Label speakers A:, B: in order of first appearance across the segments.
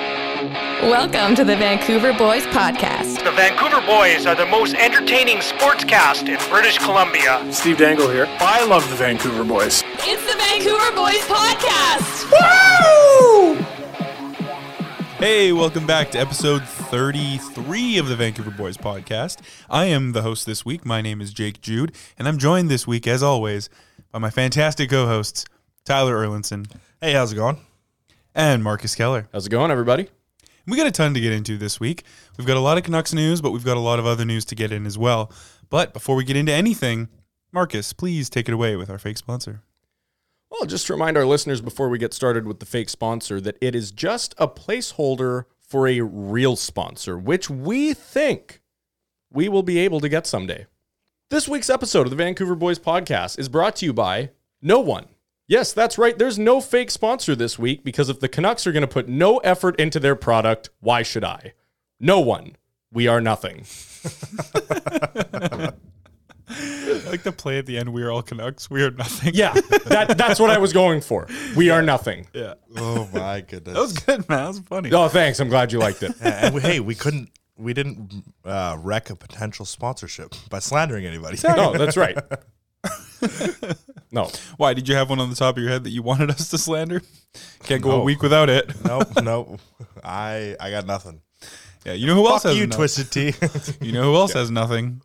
A: Welcome to the Vancouver Boys Podcast.
B: The Vancouver Boys are the most entertaining sportscast in British Columbia.
C: Steve Dangle here. I love the Vancouver boys.
A: It's the Vancouver Boys Podcast.
D: Hey, welcome back to episode 33 of the Vancouver Boys Podcast. I am the host this week. My name is Jake Jude, and I'm joined this week, as always, by my fantastic co hosts, Tyler Erlinson. Hey, how's it going? And Marcus Keller.
E: How's it going, everybody?
D: We got a ton to get into this week. We've got a lot of Canucks news, but we've got a lot of other news to get in as well. But before we get into anything, Marcus, please take it away with our fake sponsor.
E: Well, just to remind our listeners before we get started with the fake sponsor that it is just a placeholder for a real sponsor, which we think we will be able to get someday. This week's episode of the Vancouver Boys Podcast is brought to you by No One. Yes, that's right. There's no fake sponsor this week because if the Canucks are going to put no effort into their product, why should I? No one. We are nothing.
D: I like the play at the end, we are all Canucks, we are nothing.
E: Yeah, that, that's what I was going for. We are nothing.
D: Yeah.
F: Oh my goodness!
D: That was good, man. That was funny.
E: Oh, thanks. I'm glad you liked it.
F: And we- hey, we couldn't, we didn't uh, wreck a potential sponsorship by slandering anybody.
E: No, that's right. No.
D: Why did you have one on the top of your head that you wanted us to slander? Can't go a week without it.
F: nope, nope. I, I got nothing.
D: Yeah, you know who else
F: Fuck
D: has
F: you,
D: nothing?
F: Twisted T.
D: You know who else has nothing?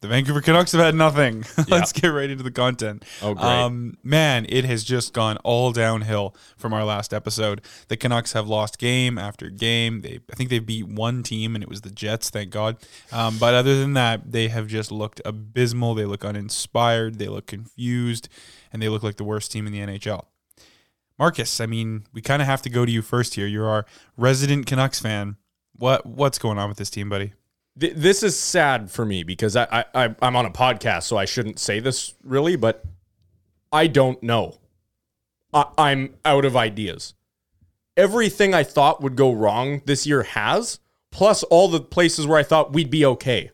D: The Vancouver Canucks have had nothing. Let's get right into the content. Um,
E: Oh, great.
D: man, it has just gone all downhill from our last episode. The Canucks have lost game after game. They, I think they beat one team, and it was the Jets. Thank God. Um, but other than that, they have just looked abysmal. They look uninspired. They look confused, and they look like the worst team in the NHL. Marcus, I mean, we kind of have to go to you first here. You're our resident Canucks fan. What what's going on with this team, buddy?
E: Th- this is sad for me because I, I, I I'm on a podcast, so I shouldn't say this really, but I don't know. I, I'm out of ideas. Everything I thought would go wrong this year has, plus all the places where I thought we'd be okay.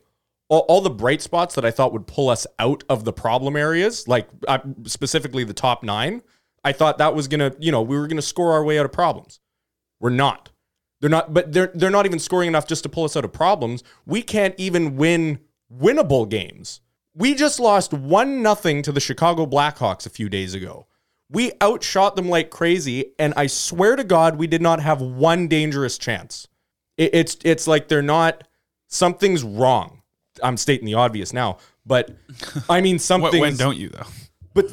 E: All, all the bright spots that I thought would pull us out of the problem areas, like uh, specifically the top nine, I thought that was gonna, you know, we were gonna score our way out of problems. We're not. They're not, but they're they're not even scoring enough just to pull us out of problems. We can't even win winnable games. We just lost one nothing to the Chicago Blackhawks a few days ago. We outshot them like crazy, and I swear to God, we did not have one dangerous chance. It, it's it's like they're not. Something's wrong. I'm stating the obvious now, but I mean
D: What,
E: something.
D: when don't you though?
E: But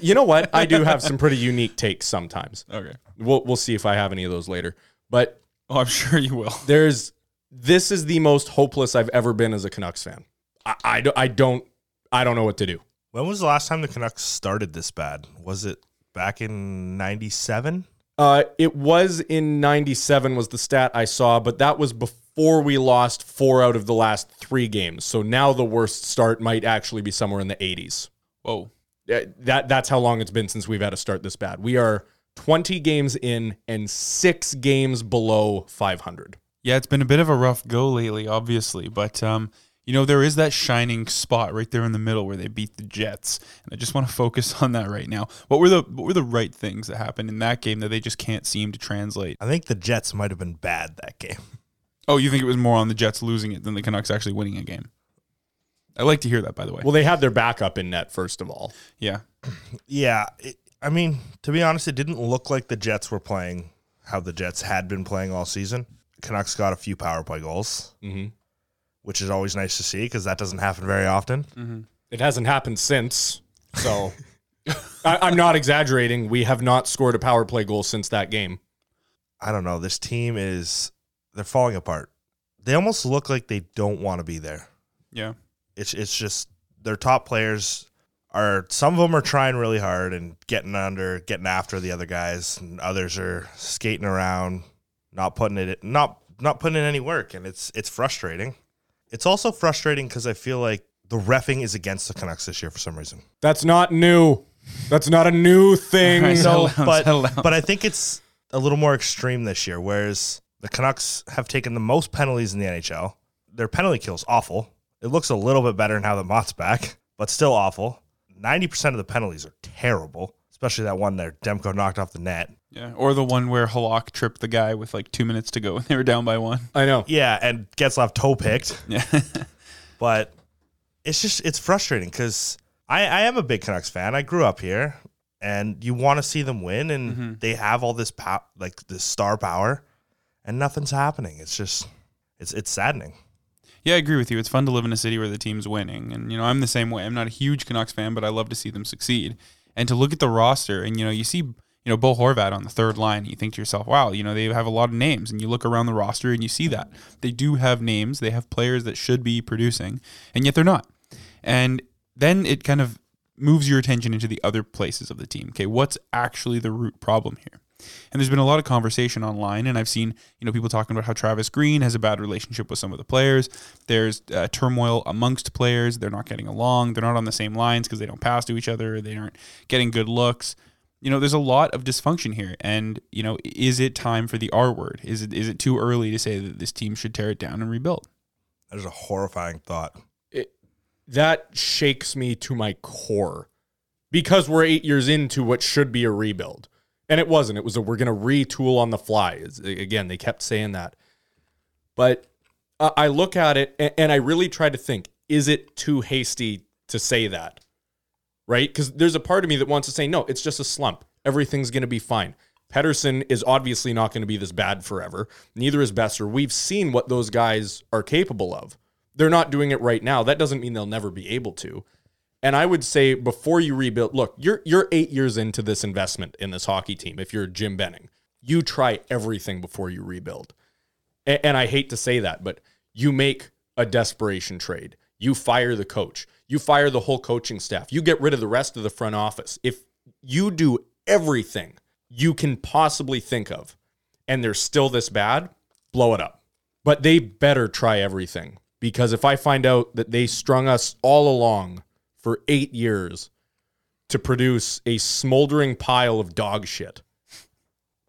E: you know what? I do have some pretty unique takes sometimes.
D: Okay.
E: We'll we'll see if I have any of those later. But
D: Oh, I'm sure you will.
E: there's this is the most hopeless I've ever been as a Canucks fan. I, I, do- I don't I don't know what to do.
F: when was the last time the Canucks started this bad? Was it back in '97?
E: Uh, it was in '97 was the stat I saw, but that was before we lost four out of the last three games. So now the worst start might actually be somewhere in the 80s.
D: Whoa.
E: Uh, That that's how long it's been since we've had a start this bad. We are 20 games in and six games below 500.
D: Yeah, it's been a bit of a rough go lately, obviously, but um, you know there is that shining spot right there in the middle where they beat the Jets, and I just want to focus on that right now. What were the what were the right things that happened in that game that they just can't seem to translate?
F: I think the Jets might have been bad that game.
D: Oh, you think it was more on the Jets losing it than the Canucks actually winning a game? I like to hear that, by the way.
E: Well, they had their backup in net first of all.
D: yeah,
F: Yeah, it, I mean, to be honest, it didn't look like the Jets were playing how the Jets had been playing all season. Canucks got a few power play goals,
E: Mhm.
F: which is always nice to see because that doesn't happen very often.
E: It hasn't happened since. So I, I'm not exaggerating. We have not scored a power play goal since that game.
F: I don't know. This team is they're falling apart. They almost look like they don't want to be there.
D: yeah.
F: It's it's just their top players are some of them are trying really hard and getting under, getting after the other guys, and others are skating around, not putting it not not putting in any work, and it's it's frustrating. It's also frustrating because I feel like the refing is against the Canucks this year for some reason.
E: That's not new. That's not a new thing.
D: All right,
F: No,
D: Settle down,
F: but
D: settle down.
F: but I think it's a little more extreme this year. Whereas the Canucks have taken the most penalties in the NHL. Their penalty kill is awful. It looks a little bit better now that Mott's back, but still awful. Ninety percent of the penalties are terrible, especially that one there. Demko knocked off the net.
D: Yeah, or the one where Halak tripped the guy with like two minutes to go and they were down by one.
E: I know.
F: Yeah, and Getzlaff toe picked.
D: Yeah.
F: but it's just it's frustrating because I, I am a big Canucks fan. I grew up here, and you want to see them win, and
E: Mm-hmm.
F: they have all this pow- like this star power, and nothing's happening. It's just it's it's saddening.
D: Yeah, I agree with you. It's fun to live in a city where the team's winning. And, you know, I'm the same way. I'm not a huge Canucks fan, but I love to see them succeed. And to look at the roster and, you know, you see, you know, Bo Horvat on the third line, you think to yourself, wow, you know, they have a lot of names. And you look around the roster and you see that. They do have names, they have players that should be producing, and yet they're not. And then it kind of moves your attention into the other places of the team. Okay, what's actually the root problem here? And there's been a lot of conversation online, and I've seen you know people talking about how Travis Green has a bad relationship with some of the players. There's uh, turmoil amongst players; they're not getting along, they're not on the same lines because they don't pass to each other, they aren't getting good looks. You know, there's a lot of dysfunction here, and you know, is it time for the R word? Is it is it too early to say that this team should tear it down and rebuild?
F: That is a horrifying thought.
E: that shakes me to my core because we're eight years into what should be a rebuild. And it wasn't. It was a we're going to retool on the fly. It's- again, they kept saying that. But I I look at it a- and I really try to think is it too hasty to say that? Right? Because there's a part of me that wants to say, no, it's just a slump. Everything's going to be fine. Pedersen is obviously not going to be this bad forever. Neither is Besser. We've seen what those guys are capable of they're not doing it right now. That doesn't mean they'll never be able to. And I would say before you rebuild, look, you're you're eight years into this investment in this hockey team. If you're Jim Benning, you try everything before you rebuild. A- And, I hate to say that, but you make a desperation trade. You fire the coach. You fire the whole coaching staff. You get rid of the rest of the front office. If you do everything you can possibly think of, and they're still this bad, blow it up. But they better try everything because if I find out that they strung us all along for eight years to produce a smoldering pile of dog shit,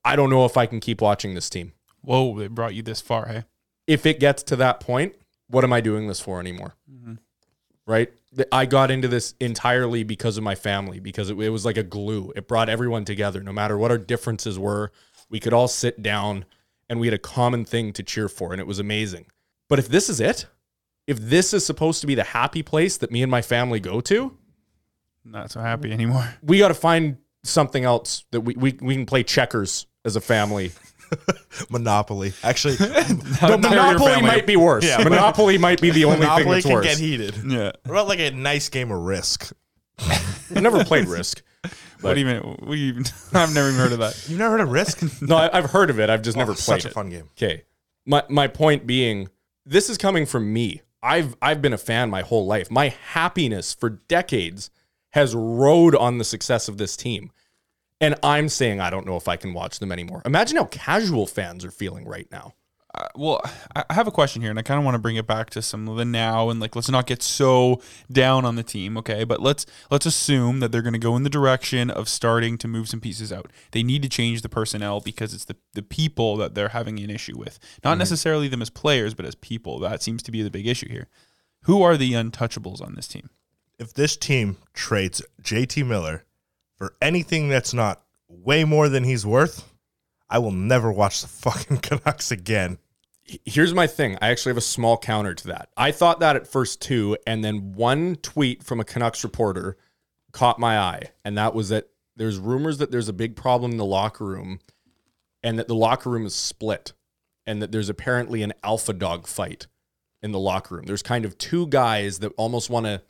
E: I don't know if I can keep watching this team.
D: Whoa, they brought you this far, hey?
E: If it gets to that point, what am I doing this for anymore?
F: Mm-hmm.
E: Right? Th- I got into this entirely because of my family, because it, it was like a glue. It brought everyone together, no matter what our differences were. We could all sit down and we had a common thing to cheer for, and it was amazing. But if this is it, if this is supposed to be the happy place that me and my family go to,
D: Not so happy anymore.
E: we got to find something else that we, we, we can play checkers as a family.
F: Monopoly, actually,
E: But
D: not your
E: Monopoly
D: family.
E: might be worse.
F: Yeah.
E: Monopoly might be the only thing
F: Monopoly
E: that's
F: can
E: worse.
F: get heated. What
D: Yeah.
F: about like a nice game of Risk?
E: I've never played Risk.
D: What do you mean? What do you even, I've never even heard of that.
F: You've never heard of Risk?
E: No, I, I've heard of it. I've just never played
F: Oh, Such a
E: it.
F: fun game.
E: Okay. My my point being, this is coming from me. I've I've been a fan my whole life. My happiness for decades has rode on the success of this team. And I'm saying I don't know if I can watch them anymore. Imagine how casual fans are feeling right now.
D: well, I I have a question here, and I kind of want to bring it back to some of the now, and like let's not get so down on the team, okay? But let's let's assume that they're going to go in the direction of starting to move some pieces out. They need to change the personnel because it's the the people that they're having an issue with, not necessarily them as players, but as people. That seems to be the big issue here. Who are the untouchables on this team?
F: if this team trades JT Miller for anything that's not way more than he's worth, I will never watch the fucking Canucks again.
E: here's my thing. I actually have a small counter to that. I thought that at first too, and then one tweet from a Canucks reporter caught my eye, and that was that there's rumors that there's a big problem in the locker room, and that the locker room is split, and that there's apparently an alpha dog fight in the locker room. There's kind of two guys that almost want to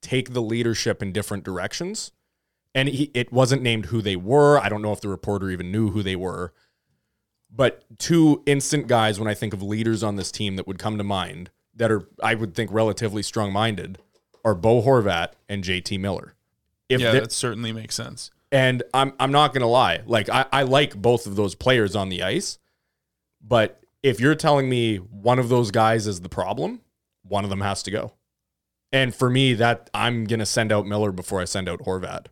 E: take the leadership in different directions. And he, it wasn't named who they were. I don't know if the reporter even knew who they were but two instant guys when I think of leaders on this team that would come to mind that are I would think relatively strong minded are Bo Horvat and JT Miller. If
D: Yeah,
E: the-
D: that certainly makes sense.
E: and I'm I'm not gonna lie, like I, I like both of those players on the ice, but if you're telling me one of those guys is the problem, one of them has to go. And for me, that I'm gonna send out Miller before I send out Horvat.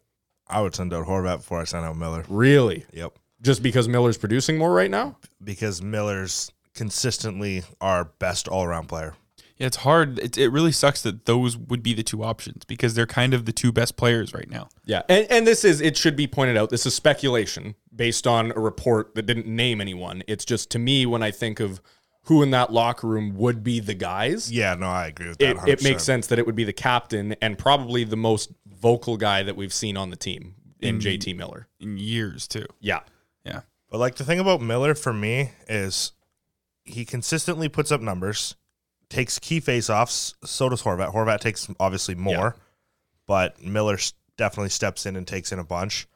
F: I would send out Horvat before I send out Miller.
E: Really?
F: Yep.
E: Just because Miller's producing more right now?
F: Because Miller's consistently our best all around player.
D: It's hard. It, it really sucks that those would be the two options because they're kind of the two best players right now.
E: Yeah, and, and this is it should be pointed out. This is speculation based on a report that didn't name anyone. It's just to me when I think of who in that locker room would be the guys.
F: Yeah, no, I agree with that.
E: It, it makes
F: 100%.
E: sense that it would be the captain and probably the most vocal guy that we've seen on the team in JT Miller.
D: In years too.
E: Yeah.
D: Yeah.
F: But like the thing about Miller for me is he consistently puts up numbers, takes key faceoffs. So does Horvat. Horvat takes obviously more, but Miller s- definitely steps in and takes in a bunch.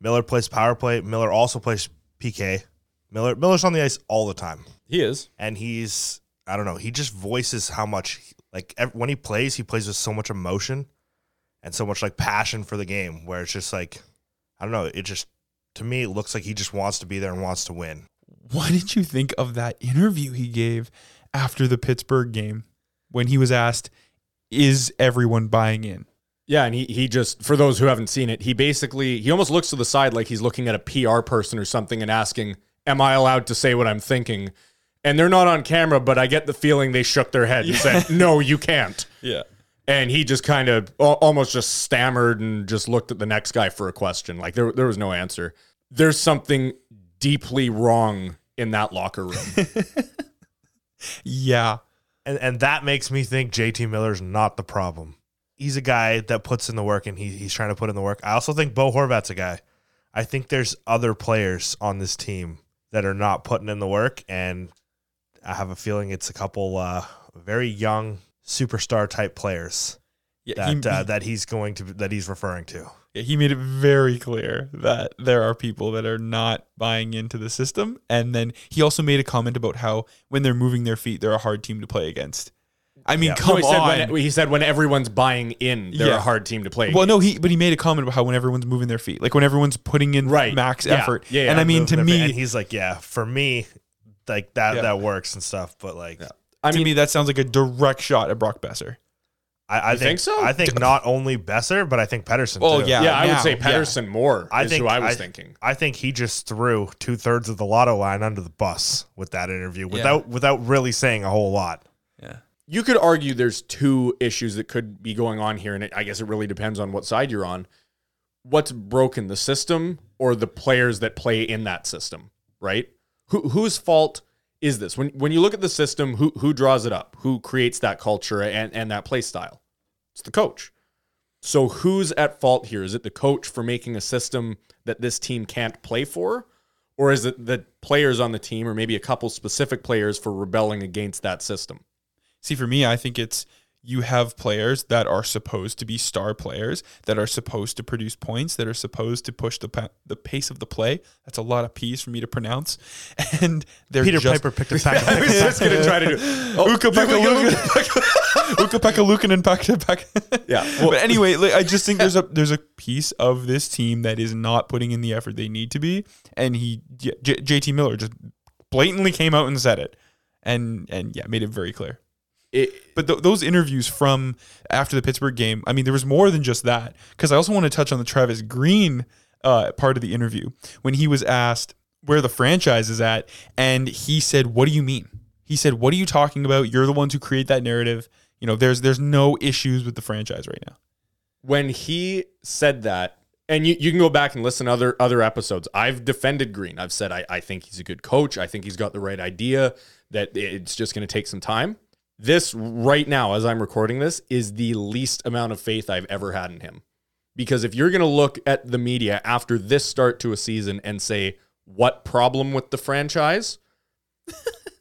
F: Miller plays power play. Miller also plays PK. Miller Miller's on the ice all the time,
E: He is.
F: and he's I don't know. He just voices how much he- like ev- when he plays, he plays with so much emotion and so much like passion for the game. Where it's just like I don't know. It just to me it looks like he just wants to be there and wants to win.
D: What did you think of that interview he gave after the Pittsburgh game when he was asked, "Is everyone buying in?"
E: Yeah, and he he just for those who haven't seen it, he basically he almost looks to the side like he's looking at a PR person or something and asking, "Am I allowed to say what I'm thinking?" And they're not on camera, but I get the feeling they shook their head and said, "No, you can't."
D: Yeah.
E: And he just kind of al- almost just stammered and just looked at the next guy for a question. Like there there was no answer. There's something deeply wrong in that locker room.
D: Yeah.
F: and and that makes me think JT Miller's not the problem. He's a guy that puts in the work, and he, he's trying to put in the work. I also think Bo Horvat's a guy. I think there's other players on this team that are not putting in the work, and I have a feeling it's a couple uh, very young superstar type players
D: Yeah.
F: that
D: He,
F: uh, that he's going to that he's referring to.
D: yeah, he made it very clear that there are people that are not buying into the system, and then he also made a comment about how when they're moving their feet, they're a hard team to play against. I mean,
E: No,
D: come
E: he,
D: on.
E: Said when, he said when everyone's buying in, they're
D: Yeah.
E: a hard team to play.
D: Well, no, he but he made a comment about how when everyone's moving their feet, like when everyone's putting in
E: Right.
D: max
E: Yeah.
D: effort.
E: Yeah, yeah,
D: and I mean,
F: Moving
D: to
F: their-
D: me,
F: and he's like, yeah, for me, like that
D: Yeah.
F: that works and stuff. But like,
E: I
D: to
E: mean,
D: me, that sounds like a direct shot at Brock Besser.
F: I, I think,
E: think so?
F: I think not only Besser, but I think Pedersen.
D: Oh,
F: too.
D: yeah.
E: yeah, I
D: now,
E: would say
D: yeah.
E: Pedersen more
F: I
E: is
F: think
E: who I was
F: I-
E: thinking.
F: I think he just threw two thirds of the lotto line under the bus with that interview without without really saying a whole lot.
E: you could argue there's two issues that could be going on here, and it, I guess it really depends on what side you're on. What's broken, the system or the players that play in that system, right? Who, whose fault is this? When when you look at the system, who who draws it up? Who creates that culture and, and that play style? It's the coach. So who's at fault here? Is it the coach for making a system that this team can't play for? Or is it the players on the team, or maybe a couple specific players for rebelling against that system?
D: See, for me, I think it's you have players that are supposed to be star players, that are supposed to produce points, that are supposed to push the pa- the pace of the play. That's a lot of P's for me to pronounce, and they're
F: Peter
D: just
F: Piper picked a tackle.
E: was just gonna try to do. Oh,
D: Uka Pekka Uka Pekka Lukin and Pekka Pekka.
E: Yeah,
D: but anyway, like, I just think there's a there's a piece of this team that is not putting in the effort they need to be, and he J- J- JT Miller just blatantly came out and said it, and and yeah, made it very clear.
E: It-
D: But th- those interviews from after the Pittsburgh game, I mean, there was more than just that. Because I also want to touch on the Travis Green uh, part of the interview when he was asked where the franchise is at, and he said, "What do you mean?" He said, "What are you talking about? You're the ones who create that narrative. You know, there's there's no issues with the franchise right now."
E: when he said that, and you, you can go back and listen to other other episodes. I've defended Green. I've said I, I think he's a good coach. I think he's got the right idea. That it's just going to take some time. This right now, as I'm recording this, is the least amount of faith I've ever had in him. Because if you're going to look at the media after this start to a season and say what problem with the franchise,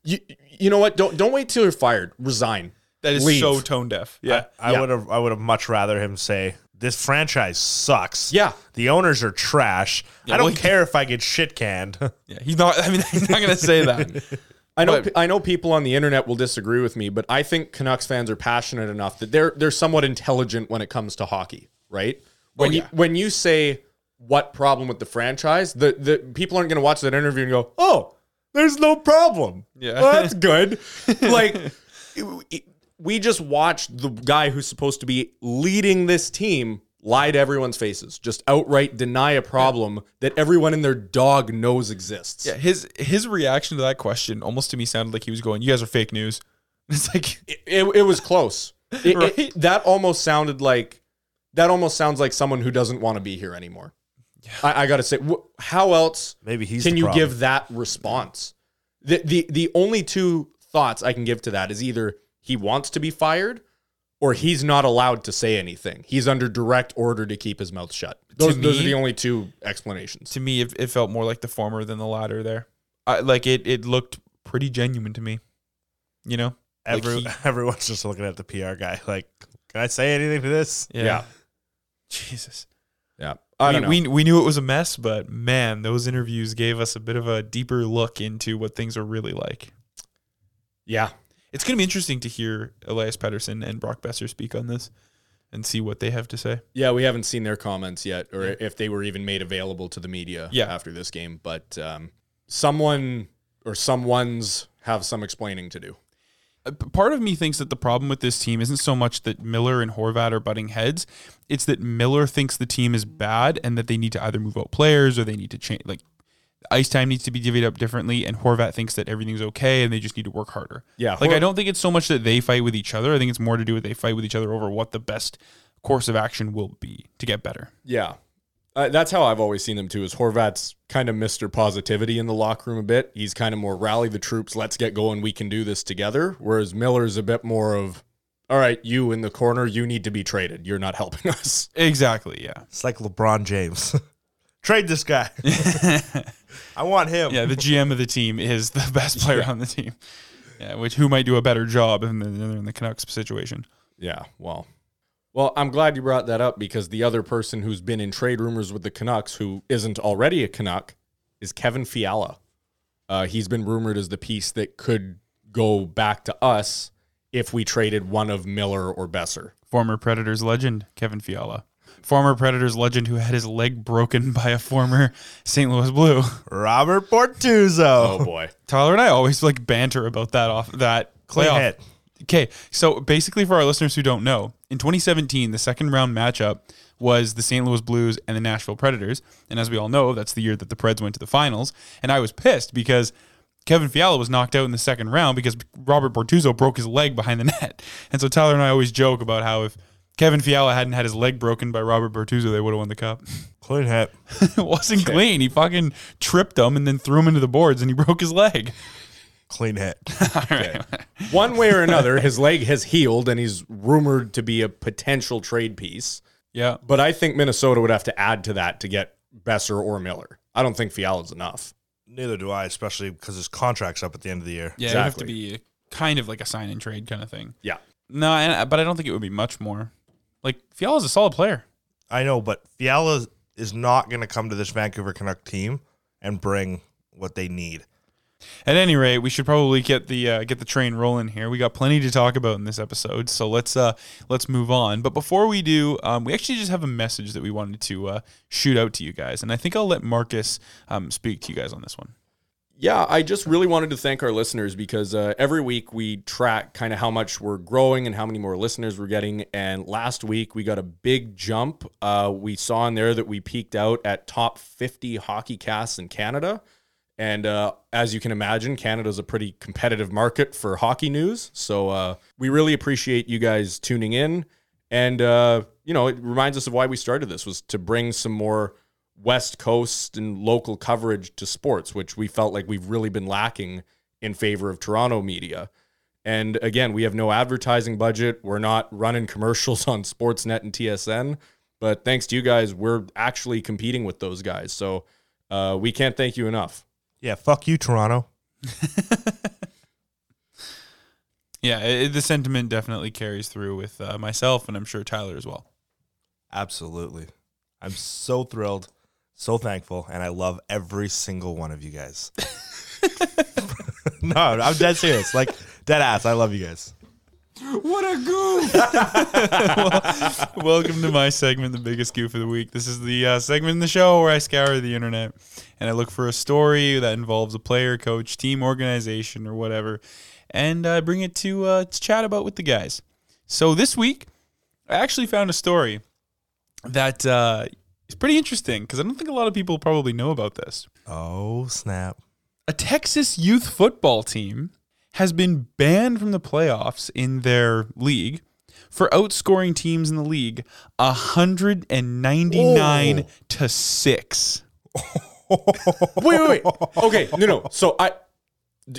E: you you know what? Don't don't wait till you're fired. Resign.
D: That is
E: Leave.
D: so tone deaf. Yeah,
F: I
E: Yeah.
F: would have I would have much rather him say this franchise sucks.
E: Yeah.
F: the owners are trash. I
D: well,
F: don't
D: he-
F: care if I get shit canned.
D: yeah. He's not. I mean, he's not gonna say that.
E: I know I know people on the internet will disagree with me, but I think Canucks fans are passionate enough that they're they're somewhat intelligent when it comes to hockey, right? When you when you say what problem with the franchise, the, the people aren't going to watch that interview and go, "Oh, there's no problem."
D: Yeah.
E: Well, that's good. like it- we just watched the guy who's supposed to be leading this team lie to everyone's faces, just outright deny a problem that everyone and their dog knows exists.
D: Yeah, his his reaction to that question almost to me sounded like he was going, "You guys are fake news." It's like
E: It, it, it was close. It- it-
D: Right.
E: that almost sounded like that almost sounds like someone who doesn't want to be here anymore. I, I gotta say, wh- how else
F: Maybe he's
E: can
F: the
E: you
F: problem.
E: give that response? The, the the only two thoughts I can give to that is either he wants to be fired or he's not allowed to say anything. He's under direct order to keep his mouth shut. Those, those are
D: me-
E: the only two explanations.
D: to me it, it felt more like the former than the latter there. I, like it it looked pretty genuine to me. You know? Like
F: Every,
D: he-
F: everyone's just looking at the PR guy like, can I say anything to this?
D: yeah.
E: Yeah.
D: Jesus.
E: Yeah. I don't know.
D: we, we we knew it was a mess, but man, those interviews gave us a bit of a deeper look into what things are really like.
E: yeah.
D: It's going to be interesting to hear Elias Pettersson and Brock Besser speak on this and see what they have to say.
E: Yeah, we haven't seen their comments yet, or if they were even made available to the media
D: Yeah.
E: after this game. But um, someone or someone's have some explaining to do.
D: Uh, p- Part of me thinks that the problem with this team isn't so much that Miller and Horvat are butting heads; it's that Miller thinks the team is bad and that they need to either move out players or they need to change. Like ice time needs to be divvied up differently, and Horvat thinks that everything's okay and they just need to work harder.
E: Yeah,
D: like
E: Hor-
D: I don't think it's so much that they fight with each other. I think it's more to do with they fight with each other over what the best course of action will be to get better.
E: Yeah, uh, that's how I've always seen them too. Is Horvat's kind of Mister Positivity in the locker room a bit? He's kind of more rally the troops, let's get going, we can do this together. Whereas Miller's a bit more of, all right, you in the corner, you need to be traded. You're not helping us.
D: Exactly. Yeah.
F: It's like LeBron James. Trade this guy. I want him.
D: Yeah, the GM of the team is the best player on the team. Yeah, which who might do a better job in the in the Canucks situation?
E: Yeah, well. Well, I'm glad you brought that up because the other person who's been in trade rumors with the Canucks who isn't already a Canuck is Kevin Fiala. Uh, he's been rumored as the piece that could go back to us if we traded one of Miller or Besser.
D: Former Predators legend Kevin Fiala, former Predators legend who had his leg broken by a former St. Louis Blue.
F: Robert Portuzo.
E: Oh, boy.
D: Tyler and I always like banter about that off that
F: Clean
D: playoff.
F: hit.
D: Okay, so basically, for our listeners who don't know, in 2017, the second round matchup was the St. Louis Blues and the Nashville Predators. And as we all know, that's the year that the Preds went to the finals. And I was pissed because Kevin Fiala was knocked out in the second round because Robert Bortuzzo broke his leg behind the net. And so Tyler and I always joke about how if Kevin Fiala hadn't had his leg broken by Robert Bortuzzo, they would have won the cup.
F: Clean hit.
D: it wasn't clean. He fucking tripped him and then threw him into the boards and he broke his leg.
F: Clean hit.
E: One way or another, his leg has healed and he's rumored to be a potential trade piece.
D: Yeah.
E: But I think Minnesota would have to add to that to get Besser or Miller. I don't think Fiala's enough.
F: Neither do I, especially because his contract's up at the end of the year.
D: Yeah,
E: Exactly.
D: it'd have to be kind of like a sign and trade kind of thing.
E: Yeah.
D: No, and, uh, but I don't think it would be much more. Like Fiala's a solid player.
F: I know, but Fiala is not going to come to this Vancouver Canuck team and bring what they need.
D: At any rate, we should probably get the uh, get the train rolling here. We got plenty to talk about in this episode, so let's uh, let's move on. But before we do, um, we actually just have a message that we wanted to uh, shoot out to you guys, and I think I'll let Marcus um, speak to you guys on this one.
E: Yeah, I just really wanted to thank our listeners because uh, every week we track kind of how much we're growing and how many more listeners we're getting. And last week we got a big jump. Uh, we saw in there that we peaked out at top 50 hockey casts in Canada. And uh, as you can imagine, Canada's a pretty competitive market for hockey news. So uh, we really appreciate you guys tuning in. And, uh, you know, it reminds us of why we started this was to bring some more West Coast and local coverage to sports, which we felt like we've really been lacking in favor of Toronto media. And again, we have no advertising budget. We're not running commercials on Sportsnet and TSN. But thanks to you guys, we're actually competing with those guys. So uh, we can't thank you enough.
F: Yeah, fuck you, Toronto.
D: Yeah, it, the sentiment definitely carries through with uh, myself, and I'm sure Tyler as well.
F: Absolutely. I'm so thrilled, so thankful, and I love every single one of you guys. no, I'm dead serious. Like, dead ass. I love you guys.
D: Welcome to my segment, The Biggest Goof of the Week. This is the uh, segment in the show where I scour the internet and I look for a story that involves a player, coach, team, organization, or whatever, and I bring it to, uh, to chat about with the guys. So this week, I actually found a story that uh, is pretty interesting because I don't think a lot of people probably know about this.
F: Oh, snap.
D: A Texas youth football team has been banned from the playoffs in their league for outscoring teams in the league 199 to 6.
E: Wait, wait, wait. Okay, no, no. So I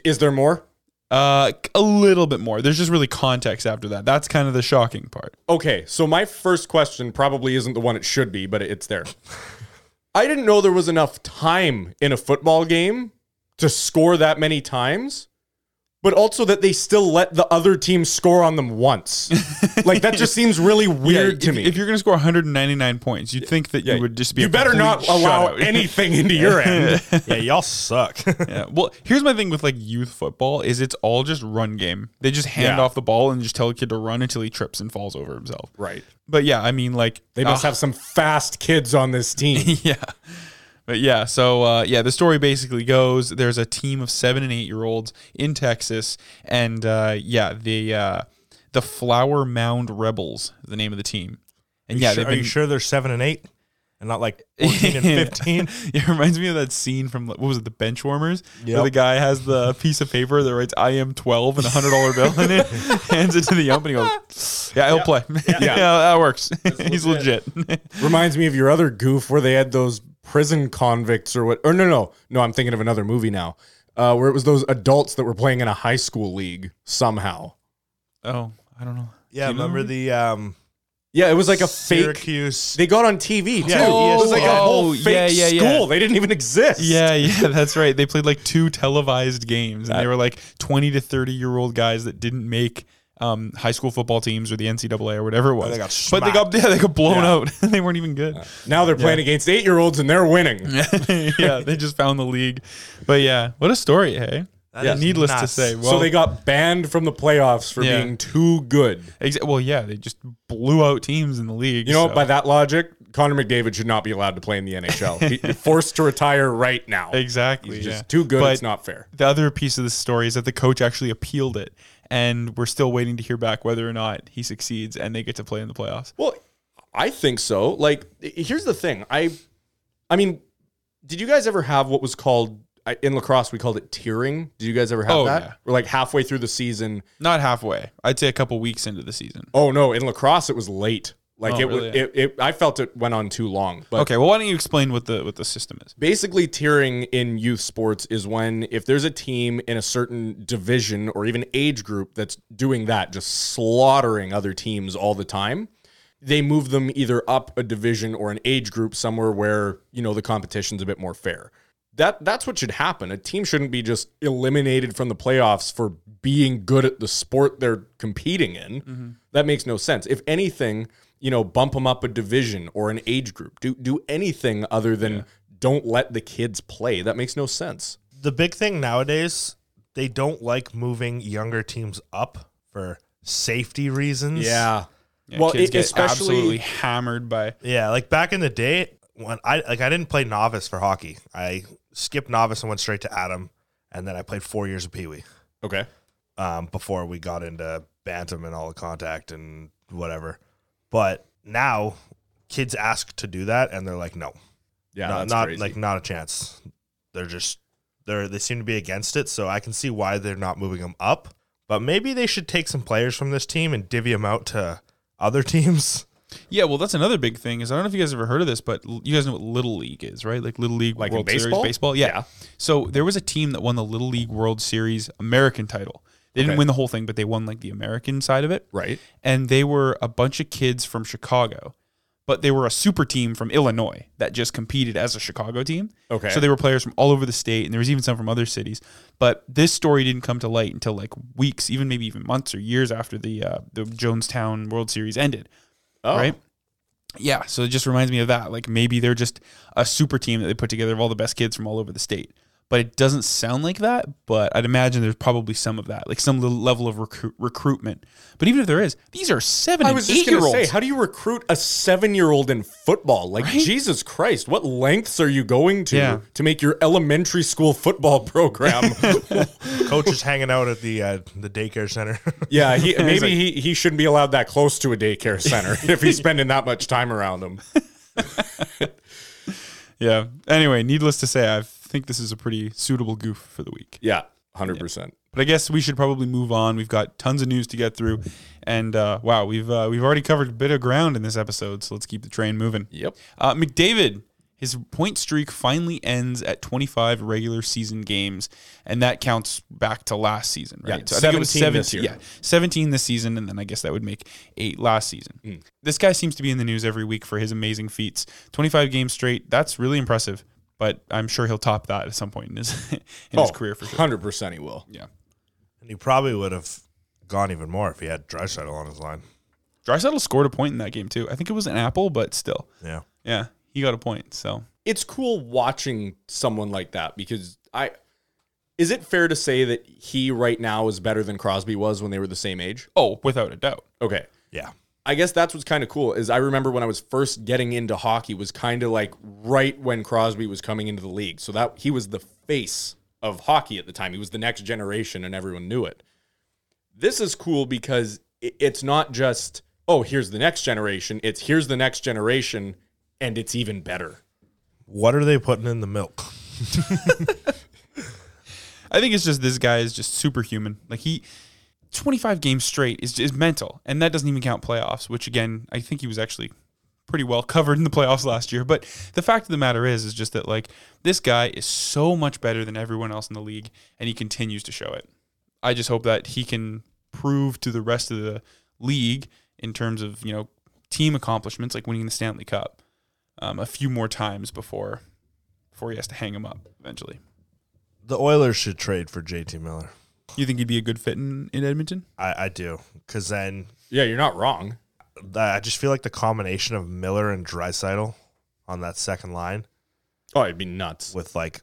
E: is there more?
D: Uh, a little bit more. There's just really context after that. That's kind of the shocking part.
E: Okay, so my first question probably isn't the one it should be, but it's there. I didn't know there was enough time in a football game to score that many times, but also that they still let the other team score on them once. like that just seems really weird
D: if,
E: to me.
D: if you're going to score 199 points, you'd think that you would just be.
E: you
D: a
E: better
D: complete
E: not allow
D: shutout.
E: anything into your end.
F: yeah, y'all suck.
D: Yeah. Well, here's my thing with like youth football is it's all just run game. They just hand
E: Yeah.
D: off the ball and just tell a kid to run until he trips and falls over himself.
E: right.
D: But yeah, I mean like
E: They must have some fast kids on this team.
D: yeah. But yeah, so uh, yeah, the story basically goes: there's a team of seven and eight year olds in Texas, and uh, yeah, the uh, the Flower Mound Rebels, is the name of the team, and yeah,
F: Sure-
D: they've
F: are
D: been
F: you sure they're seven and eight and not like fourteen and fifteen?
D: it reminds me of that scene from what was it, the Benchwarmers, where the guy has the piece of paper that writes "I am 12" and a hundred dollar bill in it, hands it to the ump, and he goes, "Yeah, he'll play. Yeah. that works. He's legit."
E: Reminds me of your other goof where they had those prison convicts or what? Or no, no, no. I'm thinking of another movie now, uh, where it was those adults that were playing in a high school league somehow.
D: oh, I don't know.
F: Yeah, remember the um,
E: Yeah, it was like a fake.
F: Syracuse?
E: They got on TV too.
F: Yeah,
E: it was like a
D: ESPN.
E: whole
D: Oh,
E: fake
D: yeah, yeah, yeah.
E: school. They didn't even exist.
D: Yeah, yeah, that's right. They played like two televised games, and they were like twenty to thirty year old guys that didn't make um, high school football teams or the NCAA or whatever it was.
F: they got
D: but they got yeah, they got blown out. they weren't even good.
E: Now they're playing against eight year olds and they're
D: Mm.
E: winning.
D: yeah, they just found the league. But yeah, what a story, hey?
F: Yeah.
D: yeah,
F: is
D: needless to
F: nuts.
D: say. Well,
E: so they got banned from the playoffs for
D: Yeah.
E: being too good.
D: exa- well, yeah, they just blew out teams in the league.
E: You know,
D: so-
E: by that logic, Connor McDavid should not be allowed to play in the NHL. He- forced to retire right now.
D: exactly,
E: He's
D: yeah.
E: just too good.
D: But
E: it's not fair.
D: The other piece of this story is that the coach actually appealed it, and we're still waiting to hear back whether or not he succeeds and they get to play in the playoffs.
E: Well, I think so. Like, i- here's the thing. I, I mean, did you guys ever have what was called I- in lacrosse? We called it tearing. Did you guys ever have
D: Oh,
E: that?
D: yeah.
E: We're like halfway through the season.
D: Not halfway. I'd say a couple weeks into the season.
E: Oh no, in lacrosse it was late. Like
D: Oh,
E: it was.
D: really?
E: It, it. I felt it went on too long. But
D: Okay, well, why don't you explain what the what the system is?
E: basically tiering in youth sports is when if there's a team in a certain division or even age group that's doing that just slaughtering other teams all the time they move them either up a division or an age group somewhere where you know the competition's a bit more fair that that's what should happen a team shouldn't be just eliminated from the playoffs for being good at the sport they're competing in
D: Mm-hmm.
E: that makes no sense if anything you know bump them up a division or an age group do do anything other than don't let the kids play that makes no sense
F: The big thing nowadays, they don't like moving younger teams up for safety reasons.
D: Yeah,
E: well
D: kids
E: it-
D: get absolutely
E: especially
D: hammered by
F: Yeah, like back in the day when I like I didn't play novice for hockey. I skipped novice and went straight to Adam, and then I played four years of Pee Wee
E: okay
F: um, before we got into bantam and all the contact and whatever. But now kids ask to do that, and they're like, no,
E: yeah
F: not,
E: that's
F: not
E: crazy.
F: like not a chance. They're just they're they seem to be against it. So I can see why they're not moving them up. But maybe they should take some players from this team and divvy them out to other teams.
D: Yeah, well, that's another big thing is I don't know if you guys ever heard of this, but l- you guys know what Little League is, right? Like Little League
E: Like in
D: World Series
E: baseball?
D: baseball. Yeah.
E: Yeah.
D: So there was a team that won the Little League World Series American title. They didn't
E: Okay.
D: win the whole thing, but they won like the American side of it.
E: Right.
D: And they were a bunch of kids from Chicago, but they were a super team from Illinois that just competed as a Chicago team.
E: Okay.
D: So they were players from all over the state, and there was even some from other cities. But this story didn't come to light until like weeks, even maybe even months or years after the uh, the Jonestown World Series ended
E: oh.
D: right? Yeah, so it just reminds me of that. Like maybe they're just a super team that they put together of all the best kids from all over the state. But it doesn't sound like that. But I'd imagine there's probably some of that, like some little level of recruit recruitment. But even if there is, these are seven
E: I
D: and
E: was just
D: eight
E: gonna
D: year
E: say,
D: olds.
E: how do you recruit a seven-year-old in football? Like Jesus Christ, what lengths are you going to
D: Yeah.
E: to make your elementary school football program?
F: Coach is hanging out at the uh, the daycare center.
E: yeah, he, maybe he he shouldn't be allowed that close to a daycare center if he's spending that much time around them.
D: Yeah. Anyway, needless to say, I think this is a pretty suitable goof for the week.
E: Yeah, hundred percent.
D: But I guess we should probably move on. We've got tons of news to get through, and uh, wow, we've uh, we've already covered a bit of ground in this episode. So let's keep the train moving.
E: Yep.
D: Uh, McDavid, his point streak finally ends at 25 regular season games, and that counts back to last season, right?
E: Yeah,
D: so I think it was 17.
E: 17 this year.
D: Yeah, 17 this season, and then I guess that would make eight last season.
E: Hmm.
D: This guy seems to be in the news every week for his amazing feats. 25 games straight. That's really impressive. But I'm sure he'll top that at some point in his in his career for sure.
E: Oh, hundred percent. He will.
D: Yeah.
F: And he probably would have gone even more if he had Drysaddle on his line.
D: Drysaddle scored a point in that game too. I think it was an apple, but still,
F: Yeah.
D: yeah, he got a point. So
E: It's cool watching someone like that because I. Is it fair to say that he right now is better than Crosby was when they were the same age?
D: oh, without a doubt,
E: Okay.
F: Yeah.
E: I guess that's what's kind of cool is I remember when I was first getting into hockey was kind of like right when Crosby was coming into the league. So that he was the face of hockey at the time. He was the next generation and everyone knew it. This is cool because i- it's not just oh, here's the next generation. It's here's the next generation and it's even better.
F: What are they putting in the milk?
D: I think it's just this guy is just superhuman. Like he, twenty five games straight is is mental, and that doesn't even count playoffs. Which again, I think he was actually pretty well covered in the playoffs last year. But the fact of the matter is, is just that like this guy is so much better than everyone else in the league, and he continues to show it. I just hope that he can prove to the rest of the league in terms of you know team accomplishments like winning the Stanley Cup um, a few more times before before he has to hang him up eventually.
F: The Oilers should trade for JT Miller.
D: You think he'd be a good fit in, in Edmonton?
F: I, I do. Because then
E: Yeah, you're not wrong.
F: th- I just feel like the combination of Miller and Drysidle on that second line
E: Oh, it'd be nuts.
F: with like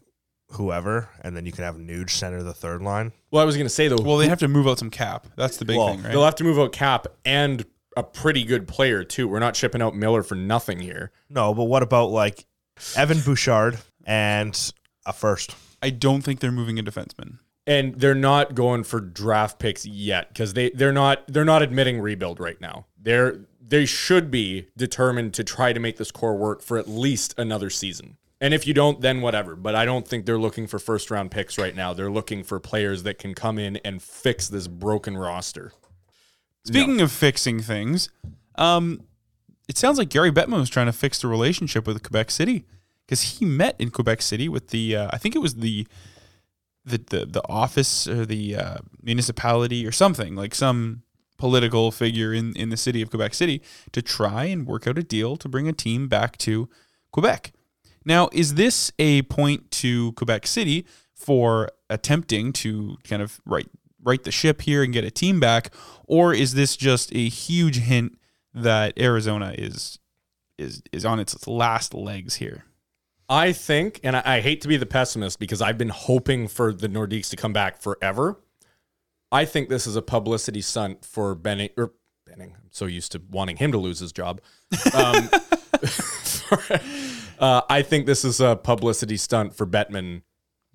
F: whoever, and then you can have Nuge center the third line.
E: Well, I was going to say though,
D: Well, they have to move out some cap. That's the big
F: Well,
D: thing, right?
E: they'll have to move out cap and a pretty good player too. We're not shipping out Miller for nothing here.
F: No, but what about like Evan Bouchard and a first?
D: I don't think they're moving a defenseman.
E: and they're not going for draft picks yet because they they're not they're not admitting rebuild right now. They're they should be determined to try to make this core work for at least another season. And if you don't, then whatever. But I don't think they're looking for first round picks right now. They're looking for players that can come in and fix this broken roster.
D: Speaking of fixing things, um, it sounds like Gary Bettman was trying to fix the relationship with Quebec City because he met in Quebec City with the uh, I think it was the the the, the office or the uh, municipality or something like some political figure in in the city of Quebec City to try and work out a deal to bring a team back to Quebec. Now, is this a point to Quebec City for attempting to kind of right right the ship here and get a team back, or is this just a huge hint that Arizona is is is on its last legs here?
E: I think, and I, I hate to be the pessimist because I've been hoping for the Nordiques to come back forever. I think this is a publicity stunt for Benning. Or Benning. I'm so used to wanting him to lose his job. Um, uh, I think this is a publicity stunt for Bettman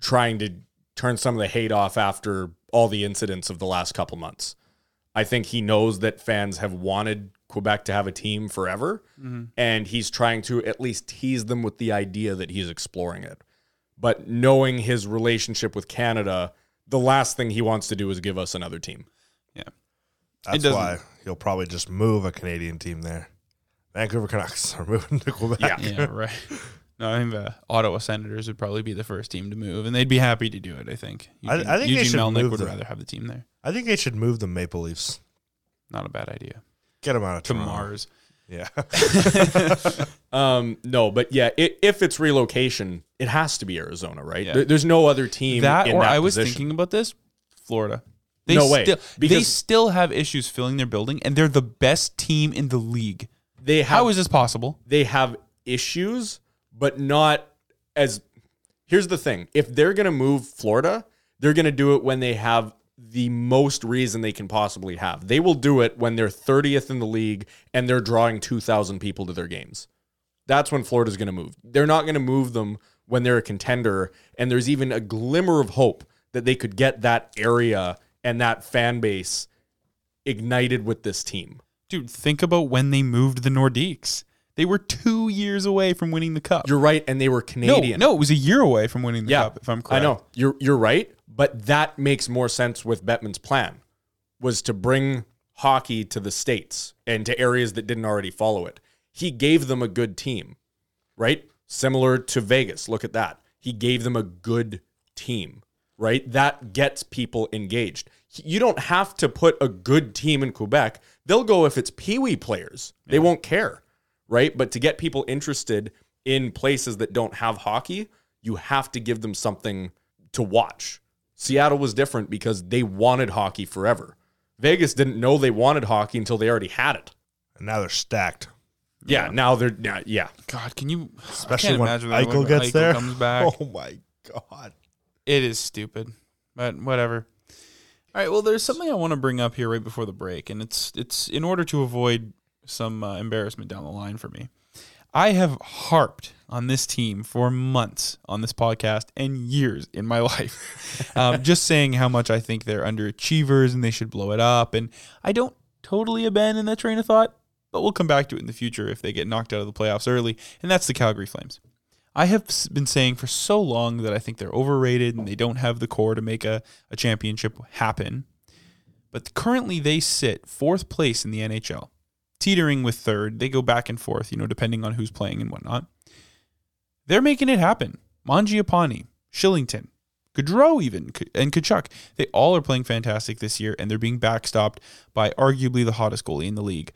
E: trying to turn some of the hate off after all the incidents of the last couple months. I think he knows that fans have wanted Quebec to have a team forever, and he's trying to at least tease them with the idea that he's exploring it. But knowing his relationship with Canada, the last thing he wants to do is give us another team.
F: That's
D: doesn't-
F: why he'll probably just move a Canadian team there. Vancouver Canucks are moving to Quebec.
D: Yeah, right. No, I think the Ottawa Senators would probably be the first team to move, and they'd be happy to do it. I think.
F: I- I think they
D: Eugene
F: should
D: Melnick
F: move
D: would
F: them.
D: rather have the team there.
F: I think they should move the Maple Leafs.
D: Not a bad idea.
F: Get them out of
D: To
F: Toronto.
D: Mars.
F: Yeah.
E: Um, no, but yeah, i if it's relocation, it has to be Arizona, right?
D: Yeah.
E: There- there's no other team
D: that
E: in
D: or
E: that
D: I was
E: position.
D: thinking about this, Florida. They
E: No way,
D: Still, they
E: because-
D: still have issues filling their building, and they're the best team in the league.
E: they have
D: How is this possible?
E: they have issues, but not as. Here's the thing: if they're gonna move Florida, they're gonna do it when they have the most reason they can possibly have. They will do it when they're 30th in the league and they're drawing 2,000 people to their games. That's when Florida's gonna move. They're not gonna move them when they're a contender and there's even a glimmer of hope that they could get that area and that fan base ignited with this team.
D: Dude, think about when they moved the Nordiques. They were two years away from winning the cup.
E: You're right, and they were
D: no,
E: Canadian.
D: no, it was a year away from winning the cup, if I'm correct.
E: I know you're you're right, But that makes more sense with Bettman's plan was to bring hockey to the states and to areas that didn't already follow it. He gave them a good team, right? Similar to Vegas. Look at that. He gave them a good team, right? That gets people engaged. You don't have to put a good team in Quebec. They'll go if it's Pee Wee players. They won't care, right? But to get people interested in places that don't have hockey, you have to give them something to watch. Seattle was different because they wanted hockey forever. Vegas didn't know they wanted hockey until they already had it.
F: And now they're stacked.
E: Yeah, now they're yeah, yeah.
D: God, can you?
F: Especially
D: I can't
F: when
D: imagine
F: Eichel
D: when
F: gets
D: Eichel
F: there.
D: Comes back.
F: Oh my god.
D: It is stupid, but whatever. All right. Well, there's something I want to bring up here right before the break, and it's it's in order to avoid some uh, embarrassment down the line for me. I have harped on this team for months on this podcast and years in my life, um, just saying how much I think they're underachievers and they should blow it up. And I don't totally abandon that train of thought, but we'll come back to it in the future if they get knocked out of the playoffs early. And that's the Calgary Flames. I have s- been saying for so long that I think they're overrated and they don't have the core to make a, a championship happen. But currently, they sit fourth place in the NHL, teetering with third. They go back and forth, you know, depending on who's playing and whatnot. They're making it happen. Mangiapane, Shillington, Gaudreau, even, K- and Kachuk. They all are playing fantastic this year, and they're being backstopped by arguably the hottest goalie in the league.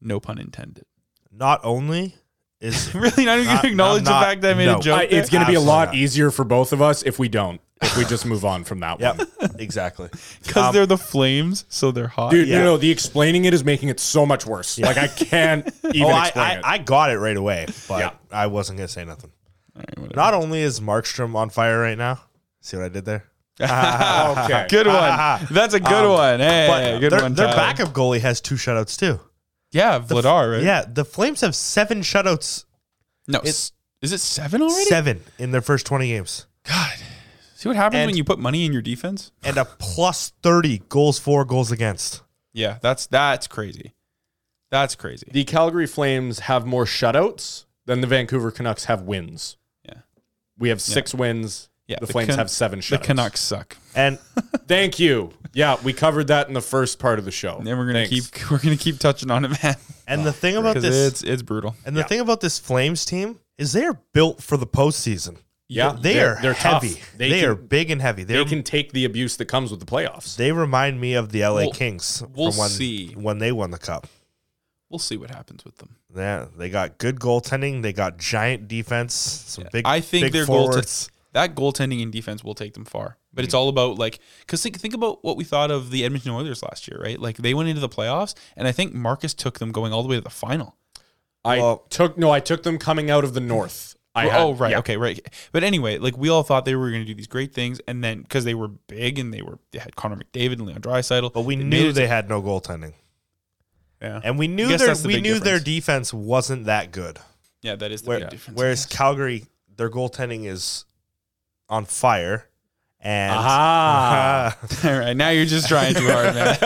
D: No pun intended.
F: Not only is
D: Really, not even going
F: Not-
D: to acknowledge
F: not-
D: the fact that I made
F: no.
D: a joke.
F: I-
D: there?
E: it's going to be a
F: Absolutely
E: lot
F: not.
E: easier for both of us if we don't. If we just move on from that
F: Yep,
E: one.
F: exactly.
D: Because
F: Um,
D: they're the flames, so they're hot.
E: Dude,
F: Yeah.
E: no, no, the explaining it is making it so much worse. Like I can't even
F: Oh, I,
E: explain
F: I,
E: it.
F: I got it right away, but
E: Yeah.
F: I wasn't gonna say nothing.
D: whatever.
F: Not only is Markstrom on fire right now, see what I did there? oh,
E: okay.
D: good one.
F: Ah,
D: That's a
E: Um,
D: good one. Hey, good
F: their,
D: one.
F: their
D: Tyler.
F: backup goalie has two shutouts too.
D: Yeah, Vladar, right?
F: Yeah, the Flames have seven shutouts,
D: No, s- is it seven already?
F: seven in their first twenty games,
D: See what happens
F: And-
D: when you put money in your defense?
F: and a plus thirty goals for, goals against.
D: Yeah, that's that's crazy. That's crazy.
E: The Calgary Flames have more shutouts than the Vancouver Canucks have wins.
D: Yeah.
E: We have six wins.
D: Yeah,
E: the, Flames
D: Can-
E: have seven
D: The
E: shutouts.
D: Canucks suck,
F: And
E: Thank you. Yeah, we covered that in the first part of the show.
D: and then we're gonna
E: Thanks.
D: keep we're gonna keep touching on it, man,
F: and the thing about
D: because
F: this,
D: it's it's brutal.
F: and the thing about this Flames team is they are built for the postseason.
E: Yeah,
F: They
E: they're-
F: are
E: they're tough.
F: heavy.
E: They
F: They,
E: can-
F: are big and heavy. They're
E: They can take the abuse that comes with the playoffs.
F: They remind me of the LA
D: We'll-
F: Kings
D: we'll
F: from when,
D: see.
F: when they won the cup.
D: We'll see what happens with them.
F: Yeah, they got good goaltending. They got giant defense. Some big.
D: I think
F: big
D: their goal
F: forwards. Mm.
D: that goaltending and defense will take them far. But it's all about like because think think about what we thought of the Edmonton Oilers last year, right? Like they went into the playoffs, and I think Marcus took them going all the way to the final.
E: I
F: Well-
E: took no, I took them coming out of the north. I had-
D: oh right,
E: yeah.
D: okay, right. But anyway, like we all thought they were going to do these great things, and then because they were big and they were they had Connor McDavid and Leon Draisaitl,
F: But we
D: they made
F: knew
D: it
F: they had no goaltending,
D: yeah,
F: and we knew
D: guess
F: their
D: that's the
F: we
D: big
F: knew their
D: difference.
F: defense wasn't that good.
D: yeah, that is the
F: Where,
D: big difference.
F: Whereas Calgary, their goaltending is on fire. And
E: Ah. Aha.
D: all right, now you're just trying too hard, man.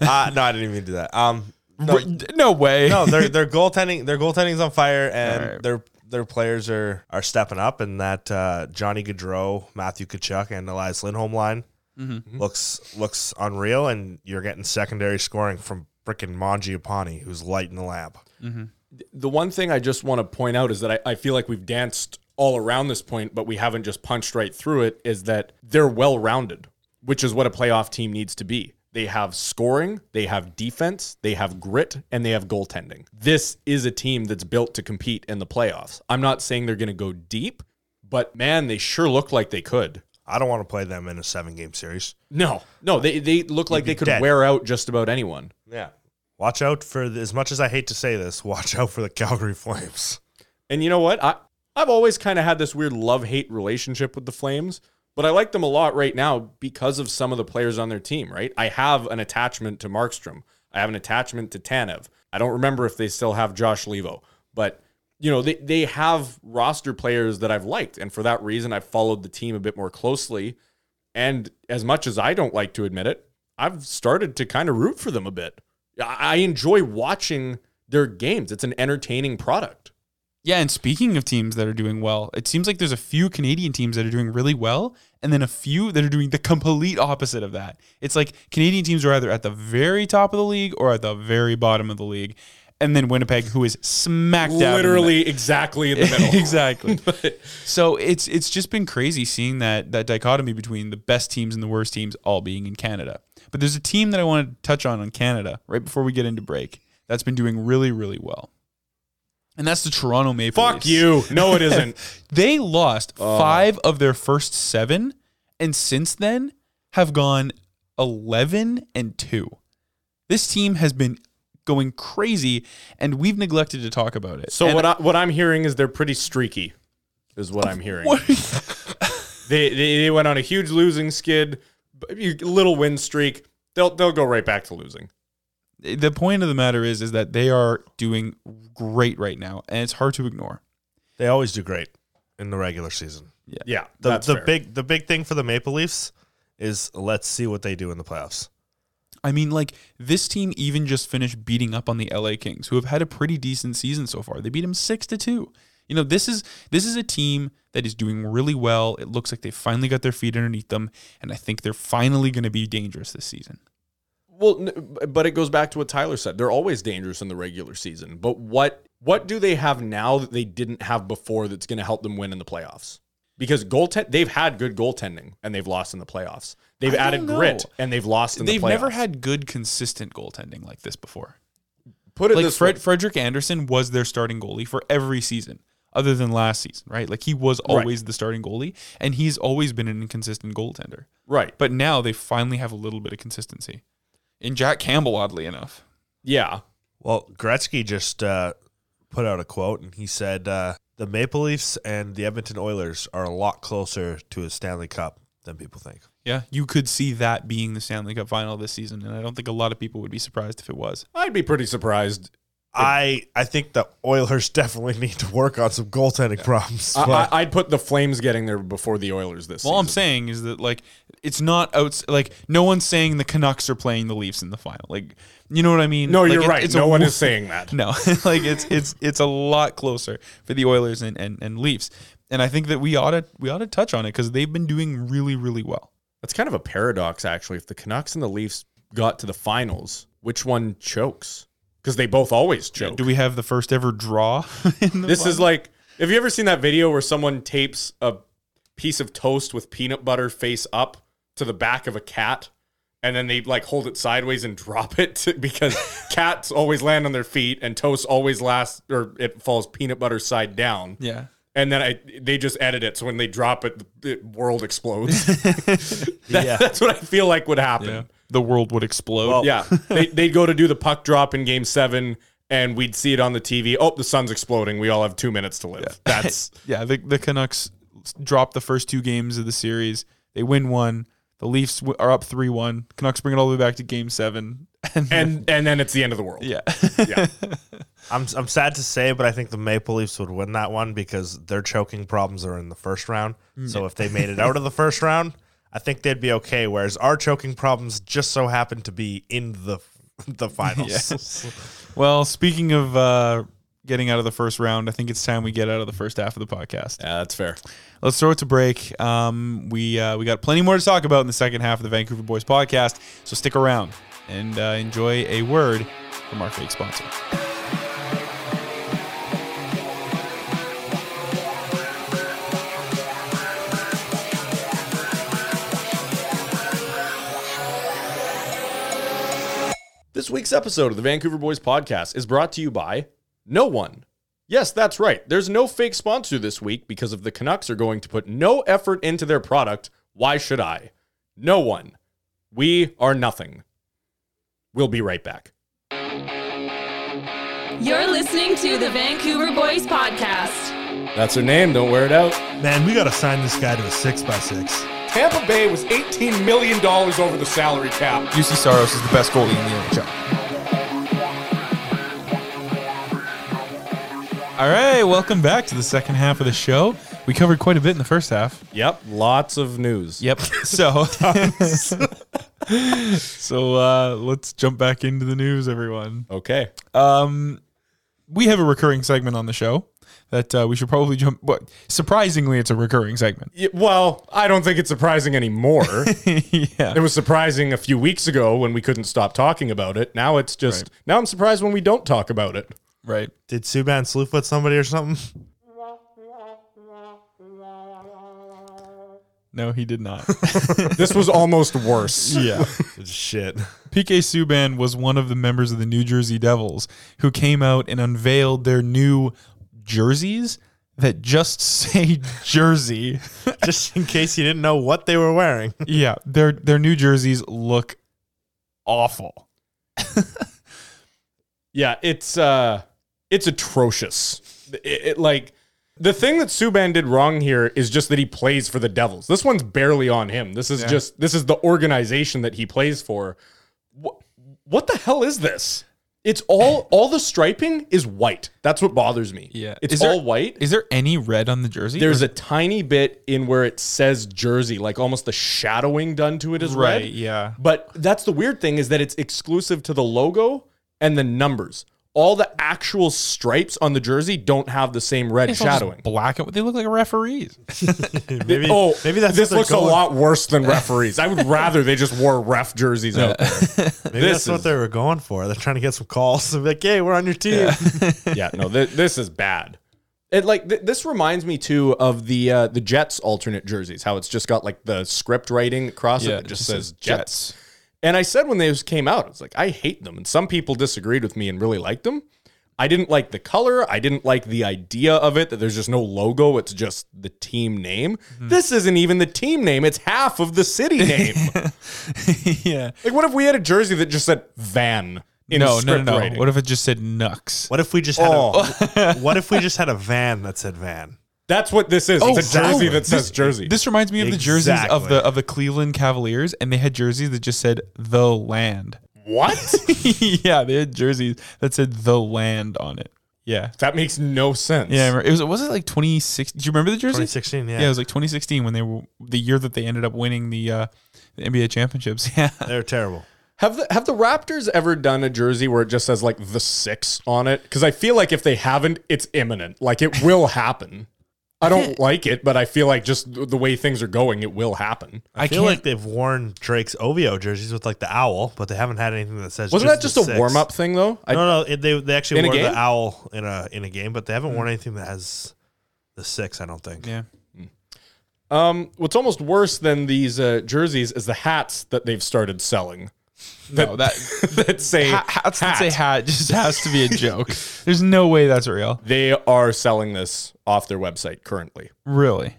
F: Uh, no, I didn't even do that. Um, no,
D: no way.
F: no, their their goaltending their goaltending's on fire, and
D: All right.
F: their their players are are stepping up. And that uh, Johnny Gaudreau, Matthew Kachuk, and Elias Lindholm line looks looks unreal. And you're getting secondary scoring from freaking Mangiapane, who's lighting the lamp.
E: The one thing I just want to point out is that I, I feel like we've danced all around this point, but we haven't just punched right through it, is that they're well rounded, which is what a playoff team needs to be. They have scoring, they have defense, they have grit, and they have goaltending. This is a team that's built to compete in the playoffs. I'm not saying they're going to go deep, but man, they sure look like they could.
F: I don't want to play them in a seven game series.
E: No, no, they they look like they could
F: dead.
E: wear out just about anyone.
F: Yeah. Watch out for the, as much as I hate to say this, watch out for the Calgary Flames.
E: And you know what? I I've always kind of had this weird love hate relationship with the Flames, but I like them a lot right now because of some of the players on their team. Right? I have an attachment to Markstrom. I have an attachment to Tanev. I don't remember if they still have Josh Levo, but you know they they have roster players that I've liked, and for that reason, I've followed the team a bit more closely. And as much as I don't like to admit it, I've started to kind of root for them a bit. I I enjoy watching their games. It's an entertaining product.
D: Yeah, and speaking of teams that are doing well, it seems like there's a few Canadian teams that are doing really well, and then a few that are doing the complete opposite of that. It's like Canadian teams are either at the very top of the league or at the very bottom of the league, and then Winnipeg, who is smack dab in the
E: Literally, exactly in the
D: middle.
E: middle.
D: exactly. so it's it's just been crazy seeing that that dichotomy between the best teams and the worst teams all being in Canada. But there's a team that I want to touch on on Canada right before we get into break that's been doing really really well, and that's the Toronto Maple
E: Fuck
D: Leafs.
E: you. No, it isn't.
D: They lost
E: Oh.
D: five of their first seven, and since then have gone eleven and two. This team has been going crazy, and we've neglected to talk about it.
E: So
D: And
E: what I, what I'm hearing is they're pretty streaky, is what I'm hearing. they, they they went on a huge losing skid, b- you- little win streak. They'll they'll go right back to losing.
D: the point of the matter is is that they are doing great right now and it's hard to ignore
F: They always do great in the regular season.
E: Yeah,
F: The
E: that's
F: the
E: fair.
F: big the big thing for the Maple Leafs is let's see what they do in the playoffs.
D: i mean like this team even just finished beating up on the la kings who have had a pretty decent season so far they beat them six to two you know this is this is a team that is doing really well it looks like they finally got their feet underneath them and i think they're finally going to be dangerous this season
E: Well, n- but it goes back to what Tyler said. They're always dangerous in the regular season. But what what do they have now that they didn't have before that's going to help them win in the playoffs? Because goaltend they've had good goaltending and they've lost in the playoffs. They've
D: I don't
E: added grit
D: know.
E: and they've lost in
D: they've
E: the playoffs.
D: never had good consistent goaltending like this before
E: put it
D: like
E: this
D: Fred,
E: way.
D: Frederick Anderson was their starting goalie for every season other than last season, right? Like he was always the starting goalie and he's always been an inconsistent goaltender.
E: right?
D: But now they finally have a little bit of consistency. In Jack Campbell, oddly enough.
E: yeah,
F: Well, Gretzky just uh, put out a quote and he said uh, the Maple Leafs and the Edmonton Oilers are a lot closer to a Stanley Cup than people think.
D: Yeah, you could see that being the Stanley Cup final this season, and I don't think a lot of people would be surprised if it was.
E: I'd be pretty surprised
F: I I think the Oilers definitely need to work on some goaltending problems.
E: I,
F: but-
E: I- I'd put the Flames getting there before the Oilers this
D: All I'm
E: season.
D: saying is that like it's not out like no one's saying the Canucks are playing the Leafs in the final. Like you know what I mean?
E: No,
D: Like,
E: you're
D: it-
E: right.
D: it's a
E: no one
D: wo-
E: is saying that.
D: No, like it's it's it's a lot closer for the Oilers and and, and Leafs, and I think that we ought to we ought to touch on it because they've been doing really really well.
E: That's kind of a paradox, actually. If the Canucks and the Leafs got to the finals, which one chokes? Because they both always choke.
D: Do we have the first ever draw? in the
E: this
D: final?
E: is like, have you ever seen that video where someone tapes a piece of toast with peanut butter face up to the back of a cat? And then they like hold it sideways and drop it to- because cats always land on their feet and toast always lasts or it falls peanut butter side down.
D: yeah.
E: and then I they just edit it so when they drop it, the world explodes. That-
F: Yeah.
E: That's what I feel like would
D: Yeah.
E: happen.
D: The world would explode.
F: Well-
E: Yeah, they, they'd go to do the puck drop in Game Seven, and we'd see it on the TV. Oh, the sun's exploding. We all have two minutes to live. That's
D: yeah, the, the Canucks drop the first two games of the series. They win one. The Leafs w- are up 3 1. Canucks bring it all the way back to game seven. And,
E: and and then it's the end of the world.
D: yeah.
F: I'm I'm sad to say, but I think the Maple Leafs would win that one because their choking problems are in the first round. So if they made it out of the first round, I think they'd be okay. Whereas our choking problems just so happen to be in the the finals.
D: well, speaking of uh, getting out of the first round, I think it's time we get out of the first half of the podcast.
E: Yeah, that's fair.
D: Let's throw it to break. Um, we uh, we got plenty more to talk about in the second half of the Vancouver Boys podcast, so stick around and uh, enjoy a word from our fake sponsor.
E: This week's episode of the Vancouver Boys podcast is brought to you by No One. Yes, that's right. There's no fake sponsor this week because if the Canucks are going to put no effort into their product, why should I? No one. We are nothing. We'll be right back.
A: You're listening to the Vancouver Boys Podcast.
E: That's her name. Don't wear it out.
F: Man, we gotta sign this guy to a six by six.
E: Tampa Bay was $18 million over the salary cap.
D: UC Saros is the best goalie in the NHL. All right, welcome back to the second half of the show. We covered quite a bit in the first half.
E: Yep. Lots of news.
D: Yep. So, so uh, let's jump back into the news, everyone.
E: Okay.
D: Um, we have a recurring segment on the show that uh, we should probably jump. But surprisingly, it's a recurring segment.
E: Yeah, well, I don't think it's surprising anymore.
D: yeah.
E: It was surprising a few weeks ago when we couldn't stop talking about it. Now it's just now I'm surprised when we don't talk about it.
D: Right.
F: Did Subban slewfoot somebody or something?
D: No, he did not.
E: This was almost worse.
D: yeah.
F: Shit.
D: PK Subban was one of the members of the New Jersey Devils who came out and unveiled their new jerseys that just say Jersey.
F: Just in case you didn't know what they were wearing.
D: yeah, their their new jerseys look awful.
E: Yeah, it's uh it's atrocious. It, it- like the thing that Subban did wrong here is just that he plays for the Devils. This one's barely on him. This is just this is the organization that he plays for. What what the hell is this? It's all all the striping is white. That's what bothers me. It's
D: Is there-
E: all white.
D: Is there any red on the jersey?
E: There's a tiny bit in where it says jersey, like almost the shadowing done to it is
D: right,
E: red.
D: yeah.
E: But that's the weird thing is that it's exclusive to the logo and the numbers. All the actual stripes on the jersey don't have the same red
D: It's all just
E: shadowing.
D: Black and they look like referees.
F: Maybe,
E: oh,
F: maybe that's
E: this
F: what they're
E: looks
F: going-
E: a lot worse than referees. I would rather they just wore ref jerseys out there.
F: Maybe
E: this
F: that's what
E: is-
F: they were going for. They're trying to get some calls. They're like, hey, we're on your team.
E: yeah, no, th- this is bad. It like th- this reminds me too of the uh, the Jets alternate jerseys, how it's just got like the script writing across
D: Yeah,
E: it that just, says Jets. And I said when they just came out, it's like I hate them, and some people disagreed with me and really liked them. I didn't like the color. I didn't like the idea of it that there's just no logo. It's just the team name.
D: Hmm.
E: This isn't even the team name. It's half of the city name.
D: yeah.
E: like, what if we had a jersey that just said Van in
D: No, no,
E: script
D: no, no.
E: writing?
D: What if it just said Nux?
F: What if we just had a
E: Oh.
F: What if we just had a van that said van?
E: That's what this is. it's a
F: exactly.
E: jersey that says jersey.
D: Oh, This reminds me of the jerseys of
F: Exactly.
D: the of the Cleveland Cavaliers, and they had jerseys that just said the land.
E: what?
D: yeah, they had jerseys that said the land on it. Yeah.
E: That makes no sense.
D: Yeah, I remember- it was was it like 2016? Do you remember the jersey?
F: 2016, yeah.
D: Yeah, it was like 2016 when they were the year that they ended up winning the uh the NBA championships. Yeah.
F: They're terrible.
E: Have the have the Raptors ever done a jersey where it just says like the six on it? Because I feel like if they haven't, it's imminent. Like it will happen. I don't like it, but I feel like just th- the way things are going, it will happen.
F: I, feel like they've worn Drake's OVO jerseys with like the owl, but they haven't had anything that says.
E: Wasn't that just
F: the
E: a
F: six.
E: warm up thing though? I,
F: No, no, it, they they actually
E: In a
F: wore
E: game? Hmm.
F: the owl in a in a game, but they haven't worn anything that has the six. I don't think.
D: yeah.
E: um, what's almost worse than these uh, jerseys is the hats that they've started selling. That,
D: No, that
E: that say
D: ha- hats that say
E: hat.
D: hat just has to be a joke. There's no way that's real.
E: they are selling this off their website currently.
D: Really.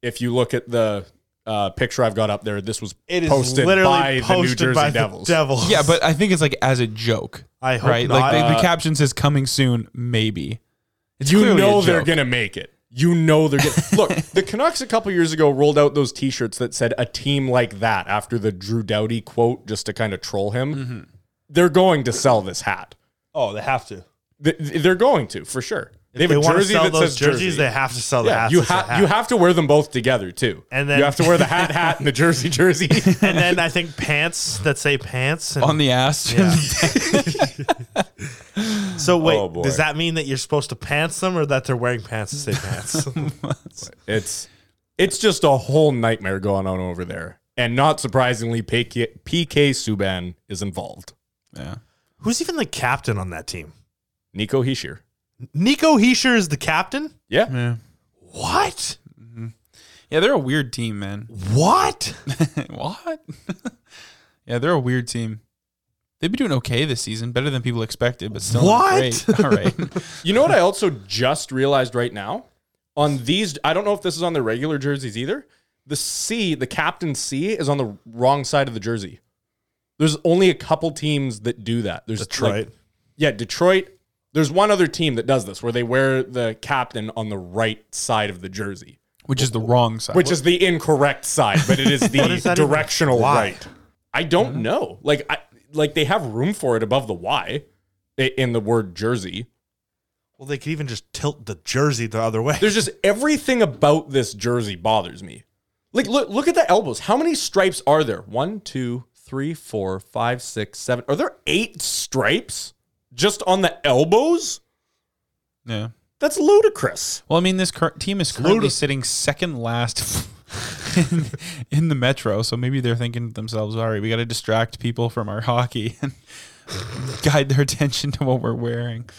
E: if you look at the uh, picture I've got up there, this was
F: It is
E: posted by
F: literally
E: the New
F: posted
E: Jersey
F: by
E: Devils.
F: the Devils.
D: Yeah, but I think it's like as a joke.
F: I hope
D: right?
F: not.
D: Like the, the
E: Uh,
D: caption says coming soon, maybe. It's
E: you
D: clearly a
E: know they're
D: joke.
E: gonna make it. You know they're gonna look. The Canucks a couple years ago rolled out those T-shirts that said "a team like that" after the Drew Doughty quote, just to kind of troll him.
F: Mm-hmm.
E: They're going to sell this hat.
F: oh, they have to.
E: Th- th- They're going to for sure. They have
F: They
E: a
F: want to
E: jersey
F: sell
E: that
F: those
E: says
F: jerseys.
E: jersey.
F: They have to sell the
E: yeah,
F: hats.
E: you
F: that say
E: have
F: hat.
E: you have to wear them both together too.
F: And then-
E: you have to wear the hat hat and the jersey jersey.
F: and then I think pants that say pants. And,
D: on the ass.
F: yeah. so wait,
E: Oh, boy.
F: does that mean that you're supposed to pants them, or that they're wearing pants to say pants?
E: It's it's just a whole nightmare going on over there. And not surprisingly, PK, PK Subban is involved.
D: yeah.
F: Who's even the captain on that team?
E: Nico Heischer.
F: Nico Heischer is the captain.
E: Yeah.
F: What?
D: Yeah, they're a weird team, man.
F: What?
D: what? yeah, they're a weird team. They've been doing okay this season, better than people expected, but still not
F: What?
D: great. All right.
E: You know what I also just realized right now? On these, I don't know if this is on the regular jerseys either. The C, the captain C, is on the wrong side of the jersey. There's only a couple teams that do that. There's like-
F: Detroit.
E: yeah, Detroit. There's one other team that does this where they wear the captain on the right side of the jersey.
D: Which is the wrong side.
E: which is the incorrect side, but it is
F: is
E: the
F: that Uh-huh. even-
E: directional
F: Why?
E: right. I don't know. Like I like they have room for it above the Y i- in the word jersey.
F: Well, they could even just tilt the jersey the other way.
E: There's just everything about this jersey bothers me. Like look look at the elbows. How many stripes are there? One, two, three, four, five, six, seven. Are there eight stripes just on the elbows?
D: yeah.
E: That's ludicrous.
D: Well, I mean, this cur- team is currently sitting second last in, in the Metro, so maybe they're thinking to themselves, "All right, we got to distract people from our hockey and guide their attention to what we're wearing."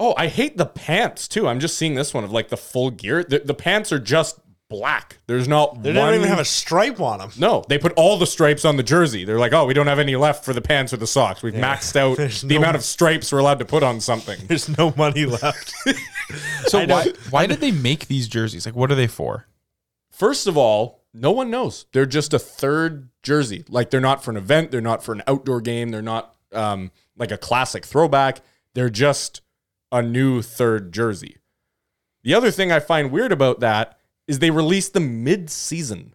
E: Oh, I hate the pants too. I'm just seeing this one of like the full gear. The, the pants are just black. There's not.
F: They don't even have a stripe on them.
E: No, they put all the stripes on the jersey. They're like, oh, we don't have any left for the pants or the socks. We've maxed out
F: There's
E: the
F: no-
E: amount of stripes we're allowed to put on something.
F: There's no money left.
D: So why why did they make these jerseys? Like, what are they for?
E: First of all, no one knows. They're just a third jersey. Like they're not for an event. They're not for an outdoor game. They're not um, like a classic throwback. They're just a new third jersey. The other thing I find weird about that is they release them mid-season.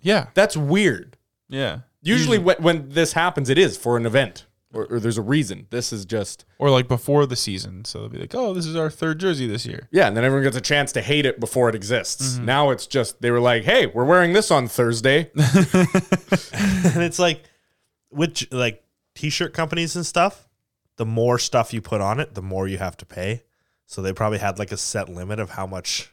D: Yeah,
E: That's weird.
D: yeah.
E: Usually, when, when this happens, it is for an event or, or there's a reason. This is just
D: Or like before the season, so they'll be like, "Oh, this is our third jersey this year."
E: Yeah, and then everyone gets a chance to hate it before it exists. Now it's just they were like, "Hey, we're wearing this on Thursday."
F: and it's like with j- like t-shirt companies and stuff the more stuff you put on it the more you have to pay so they probably had like a set limit of how much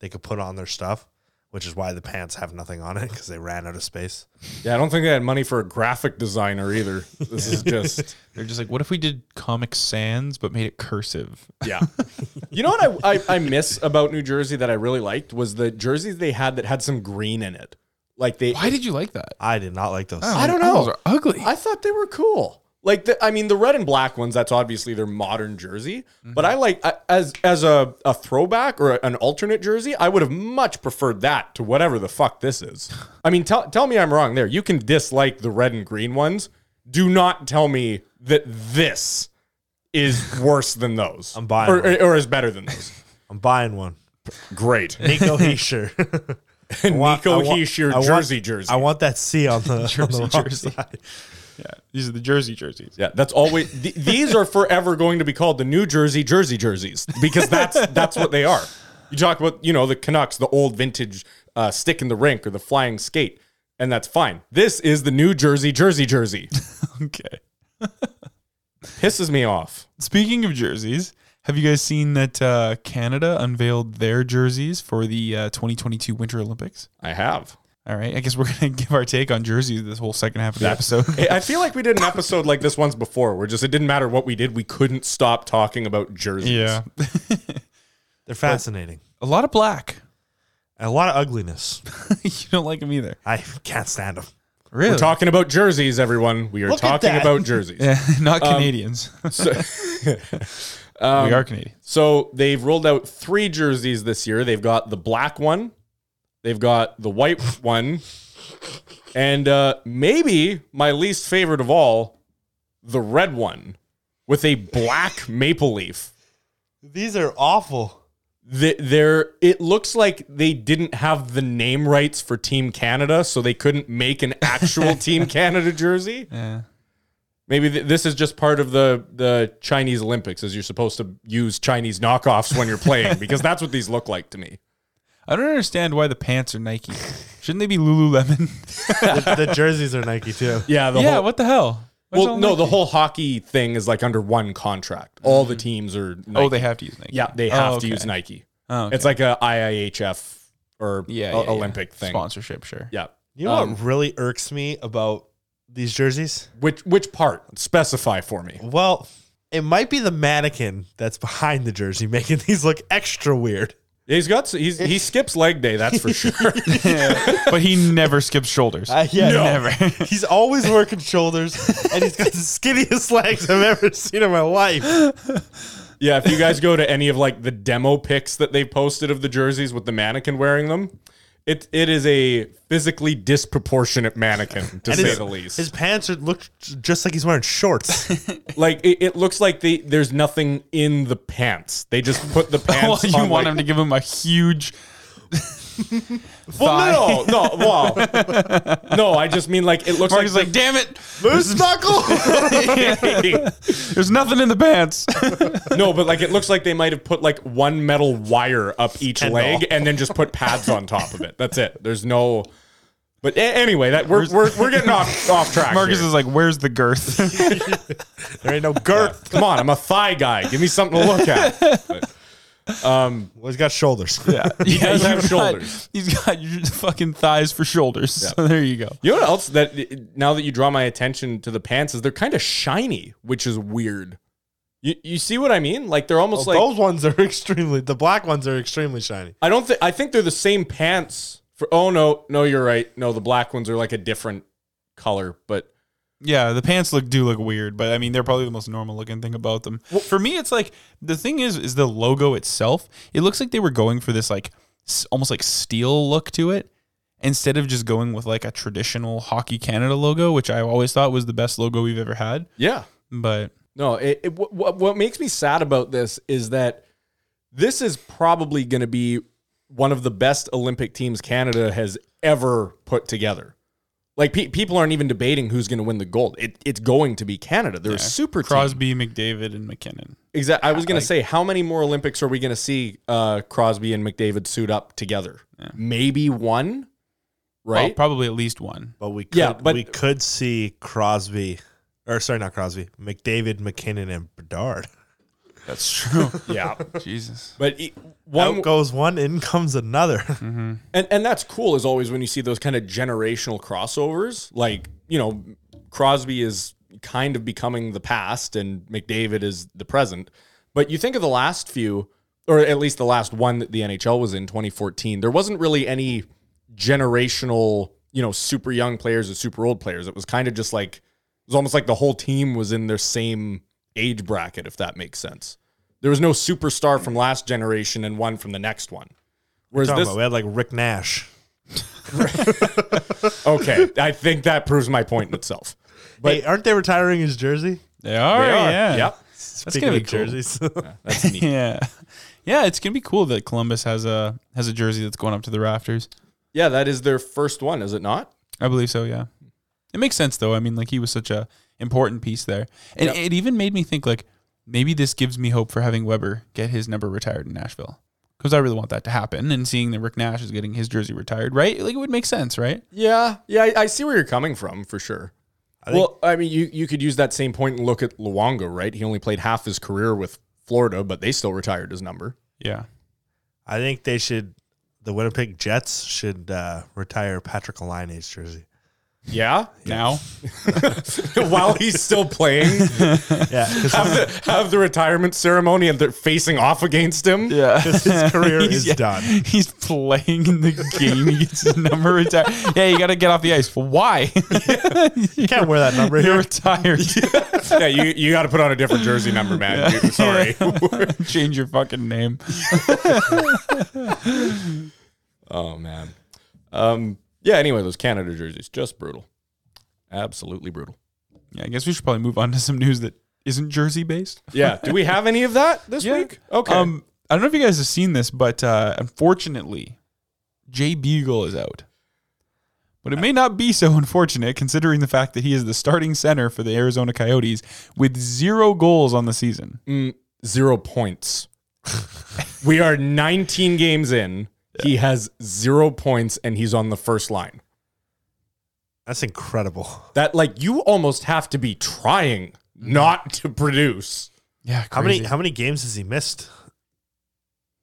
F: they could put on their stuff which is why the pants have nothing on it because they ran out of space
E: yeah, I don't think they had money for a graphic designer either. This is just
D: They're just like, "What if we did Comic Sans but made it cursive?"
E: yeah. You know what I, I I miss about New Jersey that I really liked was the jerseys they had that had some green in it. Like they
D: Why did you like that?
F: i did not like those
E: I don't
D: Those
E: know.
D: are ugly.
E: I thought they were cool. Like the, I mean, the red and black ones. That's obviously their modern jersey.
F: Mm-hmm.
E: But I like I, as as a, a throwback or an alternate jersey. I would have much preferred that to whatever the fuck this is. I mean, tell tell me I'm wrong. There, you can dislike the red and green ones. Do not tell me that this is worse than those.
F: I'm buying
E: or,
F: one.
E: or, or is better than those.
F: i'm buying one
E: Great,
F: nico heisher
E: Nico Heischer jersey jersey.
F: i want that c on the, on the
D: Jersey,
F: wrong
D: jersey.
F: side.
D: Yeah, these are the jersey jerseys.
E: Yeah, that's always th- these are forever going to be called the New Jersey Jersey jerseys because that's that's what they are. You talk about you know the Canucks, the old vintage uh, stick in the rink or the flying skate, and that's fine. This is the New Jersey Jersey jersey.
D: Okay.
E: Pisses me off.
D: Speaking of jerseys, have you guys seen that uh, Canada unveiled their jerseys for the uh, 2022 Winter Olympics?
E: I have.
D: All right, I guess we're gonna give our take on jerseys this whole second half of the episode.
E: I I feel like we did an episode like this once before, where just it didn't matter what we did, we couldn't stop talking about jerseys.
D: yeah,
F: they're fascinating
D: a lot of black.
F: and a lot of ugliness
D: you don't like them either,
F: i can't stand them
D: really?
E: We're talking about jerseys, everyone. We are
F: Look at
E: talking
F: that.
E: about jerseys.
D: Not Canadians. we are Canadians.
E: So they've rolled out three jerseys this year. They've got the black one, they've got the white one, and uh, maybe my least favorite of all, the red one with a black maple leaf.
F: these are awful
E: Th- There, it looks like they didn't have the name rights for Team Canada, so they couldn't make an actual Team Canada jersey.
D: Yeah.
E: Maybe th- this is just part of the the Chinese Olympics, as you're supposed to use Chinese knockoffs when you're playing, because that's what these look like to me.
D: I don't understand why the pants are Nike. Shouldn't they be Lululemon?
F: the, the jerseys are nike too
E: Yeah, the
D: yeah,
E: whole,
D: what the hell? Why is it
E: well,
D: all
E: no, the
D: Nike?
E: whole hockey thing is like under one contract. All the teams are. Nike.
D: Mm-hmm. Oh, they have to use Nike.
E: Yeah, they
D: Oh,
E: have
D: okay.
E: to use Nike.
D: Oh, okay.
E: It's like a IIHF or
D: yeah,
E: yeah,
D: yeah, yeah.
E: Olympic thing.
D: sponsorship. Sure.
E: Yeah.
F: You know what really irks me about these jerseys?
E: Which which part? Specify for me.
F: Well, it might be the mannequin that's behind the jersey making these look extra weird.
E: He's got s- he's, he skips leg day, that's for sure.
D: but he never skips shoulders.
E: Uh,
F: yeah,
D: Uh, Never.
F: He's always working shoulders, and he's got the skinniest legs I've ever seen in my life.
E: yeah, if you guys go to any of like the demo pics that they posted of the jerseys with the mannequin wearing them, it it is a physically disproportionate mannequin to
F: And
E: say
F: his,
E: the least.
F: his pants are, look just like he's wearing shorts.
E: like it, it looks like they there's nothing in the pants. They just put the
D: well,
E: pants.
D: you
E: on,
D: want
E: like-
D: him to give him a huge.
E: Well, no, no, wow, no. I just mean like it looks
D: Mark is like,
E: like,
D: damn it,
F: Moose knuckle.
D: there's nothing in the pants.
E: no, but like it looks like they might have put like one metal wire up each
F: And
E: leg
F: all.
E: and then just put pads on top of it. That's it. There's no. But a- anyway, that we're,
D: Where's-
E: we're, we're getting off off track.
D: Marcus
E: here.
D: is like, "Where's the girth?"
F: There ain't no girth.
E: Come on, I'm a thigh guy. Give me something to look at.
F: Well, he's got shoulders. Yeah.
D: he
E: does have shoulders.
D: He's got your fucking thighs for shoulders. So there you go.
E: You know what else that now that you draw my attention to the pants is they're kind of shiny, which is weird. You you see what I mean? Like they're almost like
F: Those ones are extremely. The black ones are extremely shiny.
E: I don't think I think they're the same pants for oh no, no, you're right. No, the black ones are like a different color, but
D: Yeah, the pants look do look weird, but I mean they're probably the most normal looking thing about them. for me, it's like the thing is is the logo itself. It looks like they were going for this like s- almost like steel look to it instead of just going with like a traditional Hockey Canada logo, which I always thought was the best logo we've ever had.
E: yeah.
D: But
E: No, it, it, what, what- what makes me sad about this is that this is probably going to be one of the best Olympic teams Canada has ever put together. Like pe- people aren't even debating who's going to win the gold. It, it's going to be Canada. They're a super team.
D: Crosby, McDavid, and McKinnon.
E: Exactly. I was going to say, how many more Olympics are we going to see uh, Crosby and McDavid suit up together? Maybe one,
D: Well,
E: right?
D: probably at least one.
F: But we could,
E: Yeah, but-
F: we could see Crosby, or sorry, not Crosby, McDavid, McKinnon, and Bedard.
D: That's true.
E: yeah.
D: Jesus.
E: But e- one,
F: Out goes one, in comes another.
E: And and that's cool as always when you see those kind of generational crossovers. Like, you know, Crosby is kind of becoming the past and McDavid is the present. But you think of the last few, or at least the last one that the NHL was in, 2014, there wasn't really any generational, you know, super young players or super old players. It was kind of just like it was almost like the whole team was in their same age bracket, if that makes sense. There was no superstar from last generation and one from the next one. Whereas
F: Talking
E: this,
F: about, we had like Rick Nash.
E: Okay, I think that proves my point in itself.
F: But aren't they retiring his jersey?
D: They are.
E: They are.
D: Yeah.
E: Yep.
F: Speaking
D: gonna
F: of
D: be cool.
F: jerseys,
E: That's neat.
D: Yeah. Yeah, it's gonna be cool that Columbus has a has a jersey that's going up to the rafters.
E: yeah, that is their first one, is it not?
D: I believe so, yeah. It makes sense though. I mean, like he was such a important piece there. And
E: Yep.
D: it even made me think like maybe this gives me hope for having Weber get his number retired in Nashville. Because I really want that to happen and seeing that Rick Nash is getting his jersey retired, right? Like it would make sense, right?
E: Yeah, yeah, I, I see where you're coming from for sure. well, I mean, you, you could use that same point and look at Luongo, right? He only played half his career with Florida, but they still retired his number.
D: Yeah.
F: I think they should. The Winnipeg Jets should uh, retire Patrick Eline's jersey.
E: Yeah,
D: Now
E: while he's still playing,
F: Yeah, because
E: have the retirement ceremony and they're facing off against him. Yeah,
F: his career is done.
D: he's playing in the game. He gets his number retired. Yeah, you got to get off the ice. Well, why?
F: You can't wear that number
D: You're
F: here.
D: retired.
E: you you got to put on a different jersey number, man. You- Sorry.
D: Change your fucking name.
E: Oh man. Um, yeah. Anyway, those Canada jerseys just brutal, absolutely brutal.
D: Yeah, I guess we should probably move on to some news that isn't jersey based.
E: Yeah. Do we have any of that this week? Okay.
D: Um, I don't know if you guys have seen this, but uh, unfortunately, Jay Beagle is out. But it may not be so unfortunate considering the fact that he is the starting center for the Arizona Coyotes with zero goals on the season.
E: zero points. we are 19 games in. He has zero points, and he's on the first line.
F: That's incredible.
E: That like you almost have to be trying not to produce
D: Yeah,
F: How many how many games has he missed?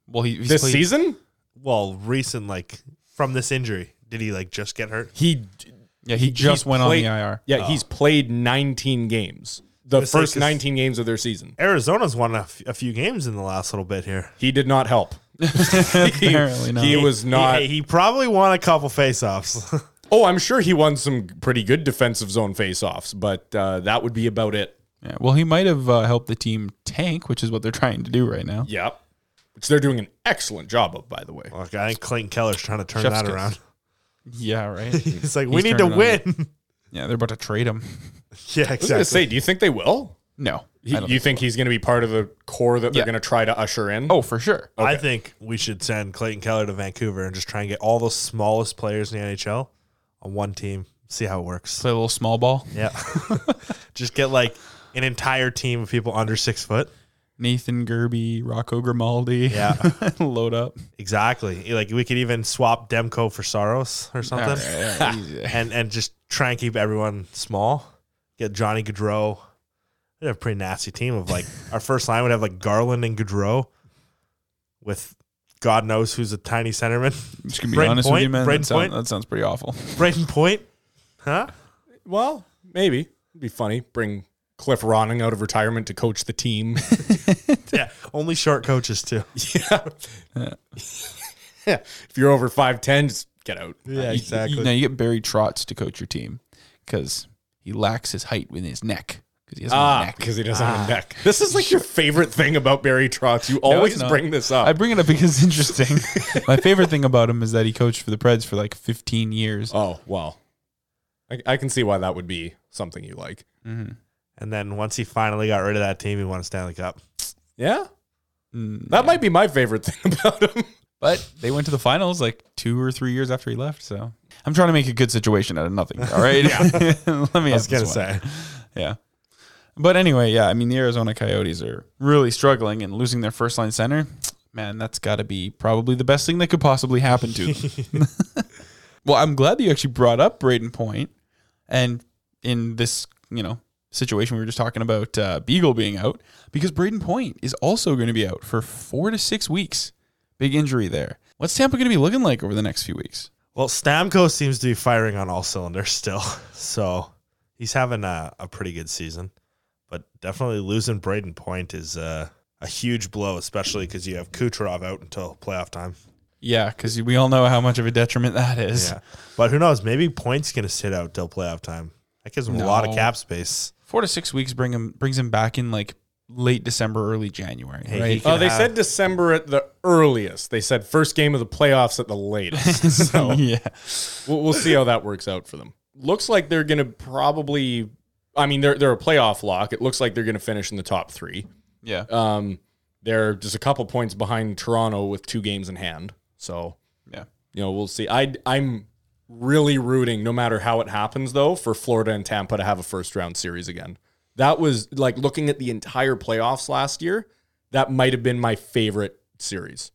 D: well, he, he's
E: this
D: played-
E: season.
F: Well, recent like from this injury, did he like just get hurt?
E: He
D: Yeah, he just
E: he's
D: went
E: played-
D: on the IR.
E: Yeah, he's played 19 games. The
F: It's like
E: first
F: this-
E: 19 games of their season.
F: Arizona's won a, f- a few games in the last little bit here.
E: He did not help. he,
D: Apparently not.
E: he was not.
F: He, he probably won a couple faceoffs.
E: Oh, I'm sure he won some pretty good defensive zone faceoffs, but uh, that would be about it.
D: Yeah, well, he might have uh, helped the team tank, which is what they're trying to do right now.
E: Yep. Which they're doing an excellent job of, by the way.
F: Look, I think Clayton Keller's trying to turn
D: Chef's
F: that
D: kiss.
F: around.
D: Yeah, right.
F: He's like, we
D: He's
F: need to
D: turning it
F: win.
D: yeah, they're about to trade him.
F: yeah,
E: I was going to
F: exactly.
E: say, do you think they will?
D: No,
E: He,
D: I don't
E: you think he's going to be part of the core that they're
D: Yeah.
E: going to try to usher in?
D: Oh, for sure.
F: I think we should send Clayton Keller to Vancouver and just try and get all the smallest players in the NHL on one team. See how it works.
D: Play a little small ball.
F: Yeah, just get like an entire team of people under six foot.
D: Nathan Gerby, Rocco Grimaldi.
F: Yeah.
D: load up.
F: Exactly. Like we could even swap Demko for Soros or something, and and just try and keep everyone small. Get Johnny Gaudreau. We'd have a pretty nasty team of like our first line would have like Garland and Gaudreau, with God knows who's a tiny centerman.
D: I'm just gonna be
F: Braden
D: honest with
F: Point?
D: you, man.
F: Braden
D: That, sound-
F: Point?
D: that sounds pretty awful.
F: Braden Point, huh?
E: Well, maybe it'd be funny. Bring Cliff Ronning out of retirement to coach the team.
F: Yeah. Only short coaches too.
E: yeah. yeah. If you're over five ten, just get out.
F: Yeah,
D: You, now you get Barry Trotz to coach your team because he lacks his height within his neck because he has no
E: Ah,
D: neck.
E: because he doesn't have a neck. This is like your favorite thing about Barry Trotz. You always
D: not.
E: bring this up.
D: I bring it up because it's interesting. My favorite thing about him is that he coached for the Preds for like 15 years.
E: oh well, I, I can see why that would be something you like.
F: And then once he finally got rid of that team, he won a Stanley Cup.
E: Yeah, that might be my favorite thing about him.
D: But they went to the finals like two or three years after he left. So I'm trying to make a good situation out of nothing. All right. Let me
F: I was
D: ask
F: gonna
D: this one.
F: say.
D: Yeah. But anyway, yeah, I mean, the Arizona Coyotes are really struggling and losing their first line center. Man, that's got to be probably the best thing that could possibly happen to them. well, I'm glad that you actually brought up Braden Point and in this, you know, situation we were just talking about uh, Beagle being out because Braden Point is also going to be out for four to six weeks. Big injury there. What's Tampa going to be looking like over the next few weeks?
F: Well, Stamkos seems to be firing on all cylinders still, so he's having a, a pretty good season. But definitely losing Braden Point is uh, a huge blow, especially because you have Kucherov out until playoff time.
D: Yeah, because we all know how much of a detriment that is.
F: Yeah, but who knows? Maybe Point's gonna sit out till playoff time. That gives him a lot of
D: No.
F: cap space.
D: four to six weeks bring him brings him back in like late December, early January.
F: Hey,
D: right?
F: he
E: Oh,
F: can
E: they
F: have-
E: said December at the earliest. They said first game of the playoffs at the latest. So
D: yeah,
E: we'll, we'll see how that works out for them. Looks like they're going to probably. I mean, they're they're a playoff lock. It looks like they're going to finish in the top three.
D: yeah.
E: Um, they're just a couple points behind Toronto with two games in hand. So
D: Yeah.
E: you know, we'll see. I I'm really rooting, no matter how it happens, though, for Florida and Tampa to have a first round series again. That was like looking at the entire playoffs last year. That might have been my favorite series.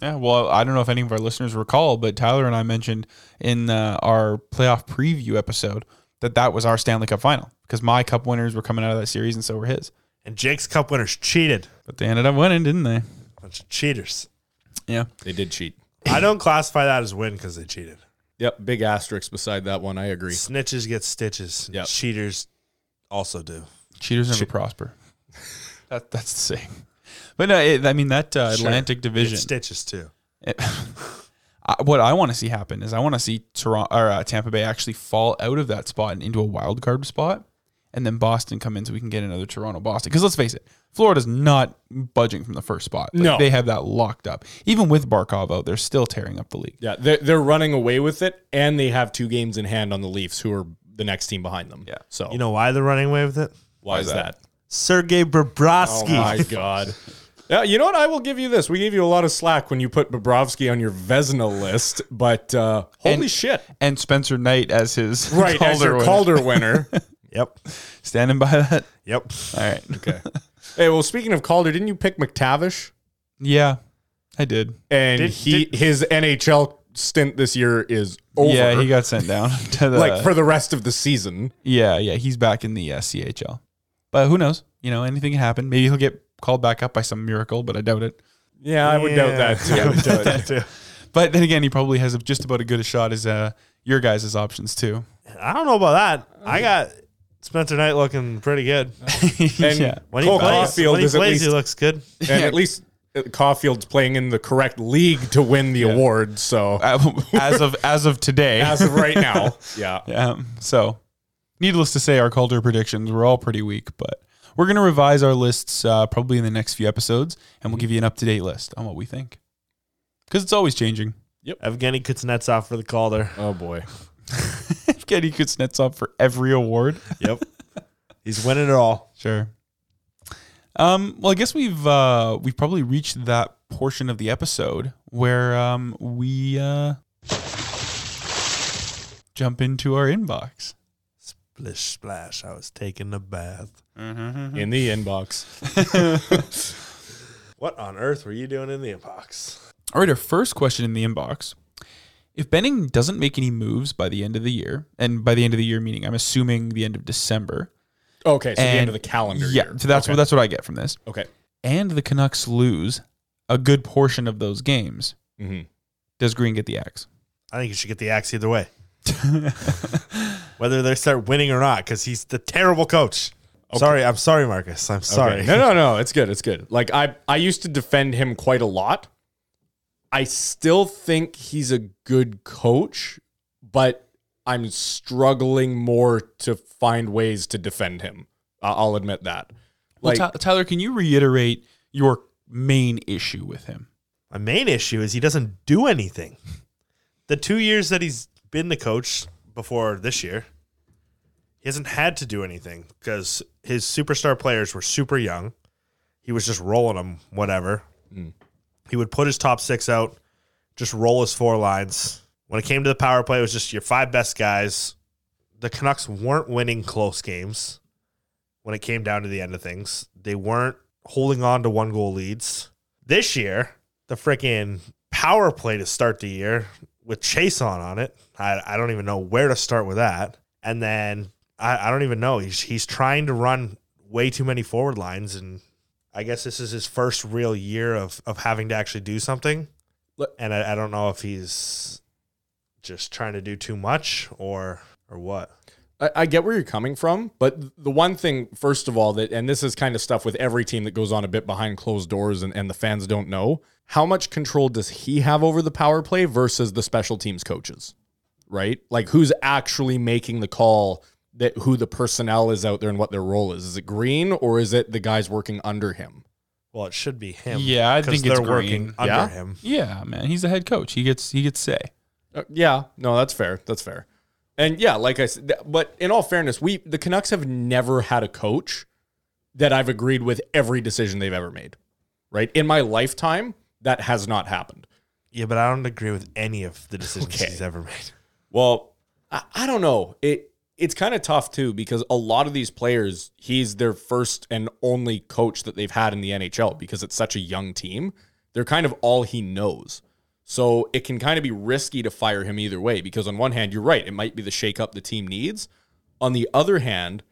D: Yeah, well, I don't know if any of our listeners recall, but Tyler and I mentioned in uh, our playoff preview episode that that was our Stanley Cup final because my cup winners were coming out of that series and so were his.
F: And Jake's Cup winners cheated.
D: But they ended up winning, didn't they?
F: Bunch of cheaters.
D: Yeah.
E: They did cheat.
F: I don't classify that as win because they cheated.
E: Yep, big asterisk beside that one. I agree.
F: Snitches get stitches. and
E: Yep.
F: Cheaters also do.
D: Cheaters never prosper. that that's the saying. But no, it, I mean that uh, Atlantic Division.
F: Stitches too.
D: I- what I want to see happen is I want to see Toronto or uh, Tampa Bay actually fall out of that spot and into a wild card spot, and then Boston come in so we can get another Toronto Boston. Because let's face it, Florida's not budging from the first spot. Like,
E: No.
D: they have that locked up. Even with Barkov out, they're still tearing up the league.
E: Yeah, they're, they're running away with it, and they have two games in hand on the Leafs, who are the next team behind them.
D: Yeah.
E: So
F: You know why they're running away with it?
E: why is that?
F: Sergei Bobrovsky.
E: Oh my god. Yeah, you know what? I will give you this. We gave you a lot of slack when you put Bobrovsky on your Vesna list, but uh, holy
D: And-
E: shit!
D: And Spencer Knight as his
E: Right, as your
D: winner.
E: Calder winner.
F: Yep.
D: standing by that.
F: Yep.
D: All right.
E: okay. Hey, well, speaking of Calder, didn't you pick McTavish?
D: Yeah, I did.
E: And
F: Did-
E: he his NHL stint this year is over.
D: Yeah, he got sent down to the
E: like for the rest of the season.
D: Yeah, yeah, he's back in the uh, CHL. But who knows? You know, anything can happen. Maybe he'll get called back up by some miracle, but I doubt it.
E: Yeah, I would doubt that too.
F: Yeah, I would doubt that too.
D: But then again, he probably has just about as good a shot as uh, your guys' options too.
F: I don't know about that. I got Spencer Knight looking pretty good.
E: And
D: Yeah.
F: When he
E: Cole
F: plays,
E: Caulfield
F: when he,
E: is at
F: plays
E: least
F: he looks good.
E: and at least uh, Caulfield's playing in the correct league to win the award. So
D: as of as of today.
E: as of right now, yeah,
D: um, so, needless to say, our Calder predictions were all pretty weak, but we're gonna revise our lists uh, probably in the next few episodes, and we'll give you an up to date list on what we think, because it's always changing.
F: Evgeny Kuznetsov for the Calder.
E: Oh boy.
D: Getty Kuznetsov for every award.
F: Yep. He's winning it all.
D: Sure. Um, well, I guess we've uh, we've probably reached that portion of the episode where um, we uh, jump into our inbox.
F: splish splash. I was taking a bath.
E: in the inbox.
F: What on earth were you doing in the inbox?
D: All right, our first question in the inbox. If Benning doesn't make any moves by the end of the year, and by the end of the year meaning I'm assuming the end of December.
E: Okay, so the end
D: and-
E: of the calendar
D: Yeah,
E: year.
D: so that's
E: okay.
D: what that's what I get from this.
E: okay.
D: And the Canucks lose a good portion of those games.
E: Mhm.
D: Does Green get the axe?
F: I think you should get the axe either way. Whether they start winning or not, because he's the terrible coach. Sorry, I'm sorry, Marcus. I'm sorry.
E: Okay. No, no, no. It's good. It's good. Like I, I used to defend him quite a lot. I still think he's a good coach, but I'm struggling more to find ways to defend him. I- I'll admit that.
D: Well,
E: Like,
D: Ty- Tyler, can you reiterate your main issue with him?
F: My main issue is he doesn't do anything. The two years that he's been the coach before this year, he hasn't had to do anything because his superstar players were super young. He was just rolling them, whatever. He would put his top six out, just roll his four lines. When it came to the power play, it was just your five best guys. The Canucks weren't winning close games when it came down to the end of things. They weren't holding on to one goal leads. This year, the freaking power play to start the year with Chase on on it. I, I don't even know where to start with that. And then I, I don't even know. He's, he's trying to run way too many forward lines. And I guess this is his first real year of, of having to actually do something.
E: Look-
F: And I, I don't know if he's just trying to do too much or or what.
E: I, I get where you're coming from, but the one thing, first of all, that and this is kind of stuff with every team that goes on a bit behind closed doors and, and the fans don't know, how much control does he have over the power play versus the special teams coaches? Right? Like who's actually making the call that who the personnel is out there and what their role is? Is it Green or is it the guys working under him?
F: Well, it should be him.
D: Yeah, I
F: 'cause
D: think it's
F: they're working
D: Green.
F: under
E: Yeah?
F: him.
D: Yeah, man, he's the head coach. He gets he gets say.
E: Uh, yeah, no, that's fair. That's fair. And yeah, like I said, th- but in all fairness, we the Canucks have never had a coach that I've agreed with every decision they've ever made. Right in my lifetime, that has not happened.
F: Yeah, but I don't agree with any of the decisions
E: Okay.
F: he's ever made.
E: Well, I, I don't know. It it's kind of tough too because a lot of these players, he's their first and only coach that they've had in the NHL because it's such a young team. They're kind of all he knows. So it can kind of be risky to fire him either way because on one hand, you're right, it might be the shakeup the team needs. On the other hand,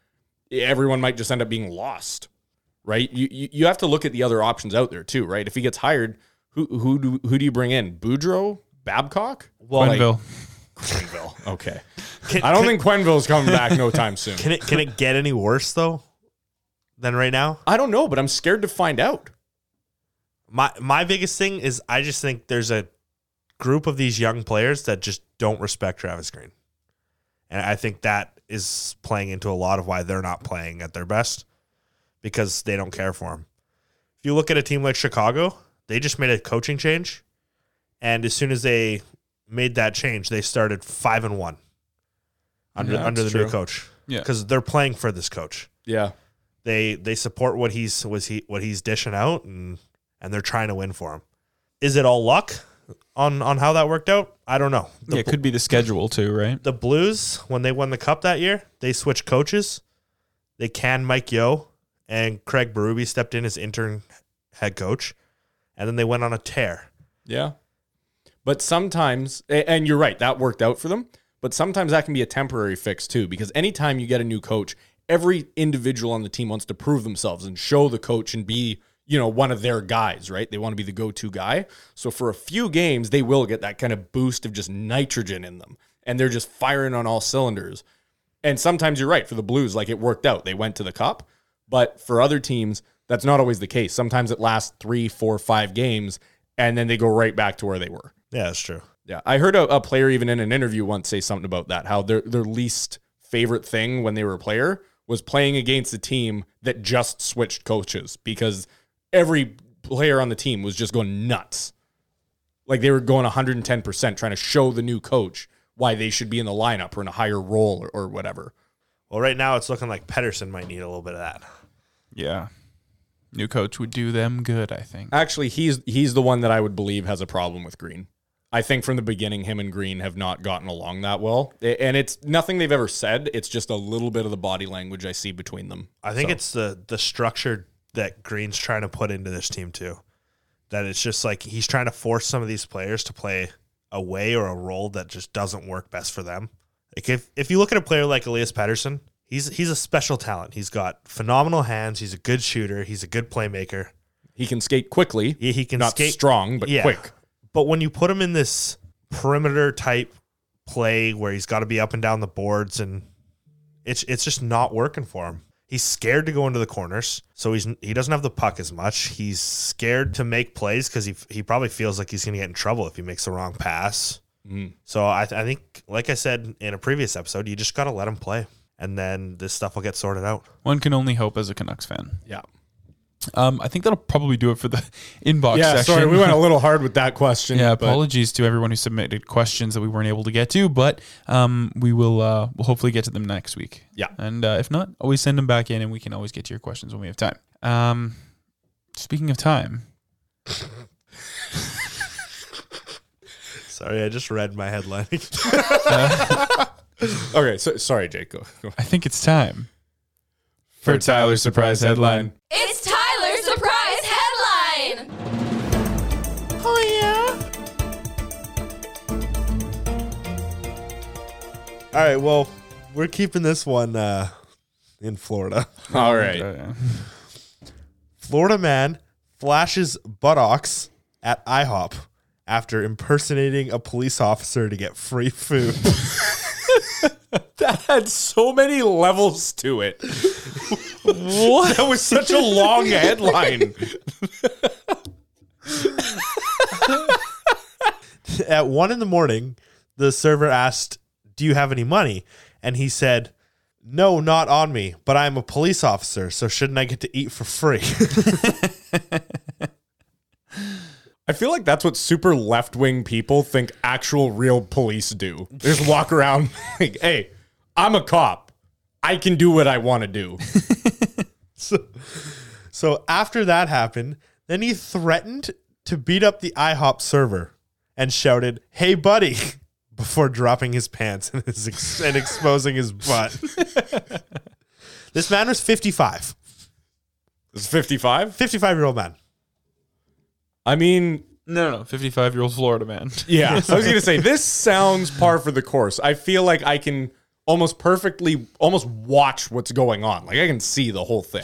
E: everyone might just end up being lost, right? You you, you have to look at the other options out there too, right? If he gets hired, who who do who do you bring in? Boudreaux, Babcock, well,
D: Quenville.
E: Quenville. Okay.
F: Can-
E: I don't
F: can-
E: think Quenville's coming back no time soon.
F: Can it can it get any worse though than right now?
E: I don't know, but I'm scared to find out.
F: My my biggest thing is I just think there's a group of these young players that just don't respect Travis Green. And I think that is playing into a lot of why they're not playing at their best because they don't care for him. If you look at a team like Chicago, they just made a coaching change and as soon as they made that change, they started 5 and 1 under
D: Yeah,
F: under the
D: that's
F: new
D: true.
F: coach.
D: Yeah.
F: Cuz they're playing for this coach.
E: Yeah.
F: they they support what he's was he what he's dishing out and and they're trying to win for him. Is it all luck on on how that worked out? I don't know. The,
D: Yeah, it could be the schedule too, right?
F: the Blues when they won the cup that year, they switched coaches. They canned Mike Yo and Craig Berube stepped in as interim head coach, and then they went on a tear.
E: Yeah. But sometimes, a- and you're right, that worked out for them. But sometimes that can be a temporary fix too, because anytime you get a new coach, every individual on the team wants to prove themselves and show the coach and be, you know, one of their guys, right? They want to be the go to guy. So for a few games, they will get that kind of boost of just nitrogen in them and they're just firing on all cylinders. And sometimes you're right for the Blues, like it worked out. They went to the cup. But for other teams, that's not always the case. Sometimes it lasts three, four, five games, and then they go right back to where they were.
F: Yeah, that's true.
E: Yeah. I heard a, a player even in an interview once say something about that, how their their least favorite thing when they were a player was playing against a team that just switched coaches because every player on the team was just going nuts. Like they were going 110% trying to show the new coach why they should be in the lineup or in a higher role or, or whatever.
F: Well, right now it's looking like Pedersen might need a little bit of that.
D: Yeah. New coach would do them good, I think.
E: Actually, he's he's the one that I would believe has a problem with Green. I think from the beginning, him and Green have not gotten along that well. A- And it's nothing they've ever said. It's just a little bit of the body language I see between them.
F: I think it's the the structure that Green's trying to put into this team too. That it's just like he's trying to force some of these players to play a way or a role that just doesn't work best for them. Like if, if you look at a player like Elias Patterson, he's he's a special talent. He's got phenomenal hands. He's a good shooter. He's a good playmaker.
E: He can skate quickly,
F: He, he can
E: not
F: skate
E: strong, but
F: Yeah.
E: quick.
F: But when you put him in this perimeter type play where he's got to be up and down the boards and it's it's just not working for him. He's scared to go into the corners, so he's he doesn't have the puck as much. He's scared to make plays because he he probably feels like he's going to get in trouble if he makes the wrong pass. So I, I think, like I said in a previous episode, you just got to let him play, and then this stuff will get sorted out.
D: One can only hope as a Canucks fan.
E: Yeah.
D: Um, I think that'll probably do it for the inbox
E: Yeah.
D: section.
E: Sorry, we went a little hard with that question.
D: Yeah,
E: but-
D: apologies to everyone who submitted questions that we weren't able to get to, but um, we will uh, we'll hopefully get to them next week.
E: Yeah.
D: and uh, if not, always send them back in, and we can always get to your questions when we have time. Um, speaking of time,
F: Sorry, I just read my headline.
E: Okay. So, sorry, Jake. Go, go.
D: I think it's time for Tyler's surprise headline.
A: It's Tyler's surprise headline.
F: All right, well, we're keeping this one uh, in Florida.
E: All right.
D: Uh,
F: Florida man flashes buttocks at IHOP after impersonating a police officer to get free food.
E: That had so many levels to it.
D: what?
E: That was such a long headline.
F: at one in the morning, the server asked, Do you have any money? And he said, No, not on me, but I'm a police officer, so shouldn't I get to eat for free?
E: I feel like that's what super left wing people think actual real police do. They just walk around like, hey, I'm a cop. I can do what I want to do.
F: so after that happened, then he threatened to beat up the IHOP server and shouted, Hey, buddy, before dropping his pants and, his ex- and exposing his butt. this man was 55,
E: It's 55.
F: 55 year old man.
E: I mean,
D: No, no, no, fifty-five year old Florida man.
E: yeah. I was going to say, this sounds par for the course. I feel like I can almost perfectly, almost watch what's going on. Like I can see the whole thing.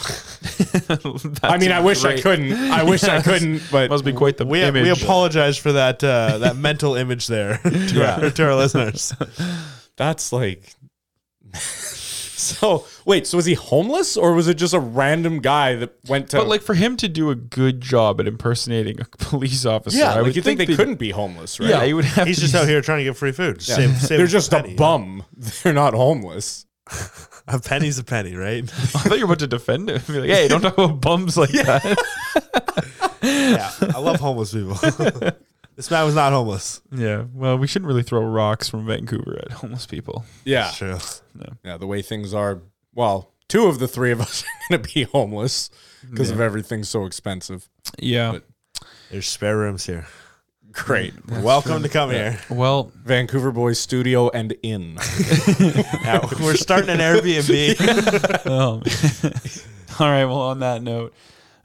E: I mean, I wish I couldn't. I wish I couldn't, but
D: Must be quite the
F: We,
D: image.
F: we apologize for that uh, that mental image there to, our, to our listeners.
E: That's like. so wait, so was he homeless or was it just a random guy that went to?
D: But like for him to do a good job at impersonating a police officer,
E: yeah,
D: I
E: like
D: would
E: you think, they
D: that-
E: couldn't be homeless, right?
D: Yeah, he would have.
F: He's
D: to
F: just
D: be-
F: out here trying to get free food. Save, save
E: They're just
F: penny.
E: a bum. They're not homeless.
F: A penny's a penny, right?
D: I thought you were about to defend him. Be like, hey, don't talk about bums like that.
F: yeah, I love homeless people. this man was not homeless.
D: Yeah. Well, we shouldn't really throw rocks from Vancouver at homeless people.
E: Yeah,
F: True.
E: yeah. The way things are, well, two of the three of us are going to be homeless because of everything so expensive.
D: Yeah.
F: There's spare rooms here.
E: Great,
F: Welcome to come here.
D: well,
E: Vancouver Boys Studio and Inn.
F: Yeah, we're starting an Airbnb.
D: um, all right. Well, on that note,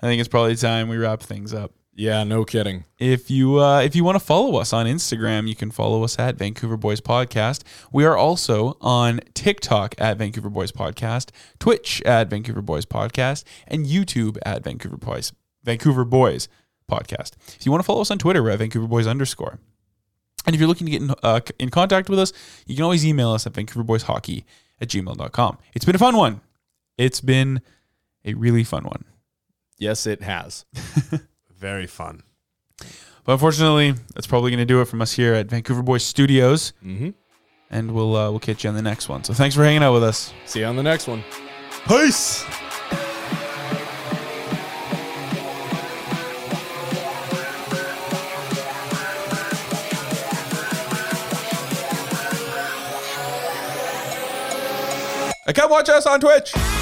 D: I think it's probably time we wrap things up.
E: yeah, no kidding.
D: If you uh, if you want to follow us on Instagram, you can follow us at Vancouver Boys Podcast. We are also on TikTok at Vancouver Boys Podcast, Twitch at Vancouver Boys Podcast, and YouTube at Vancouver Boys Vancouver Boys Podcast. If you want to follow us on Twitter, we're at Vancouver Boys underscore. And if you're looking to get in, uh, in contact with us, you can always email us at vancouverboyshockey at gmail.com. It's been a fun one. It's been a really fun one.
E: Yes, it has.
F: Very fun.
D: But unfortunately, that's probably going to do it from us here at Vancouver Boys Studios. Mm-hmm. And we'll uh, we'll catch you on the next one. So thanks for hanging out with us.
E: See you on the next one.
F: Peace.
D: And come watch us on Twitch.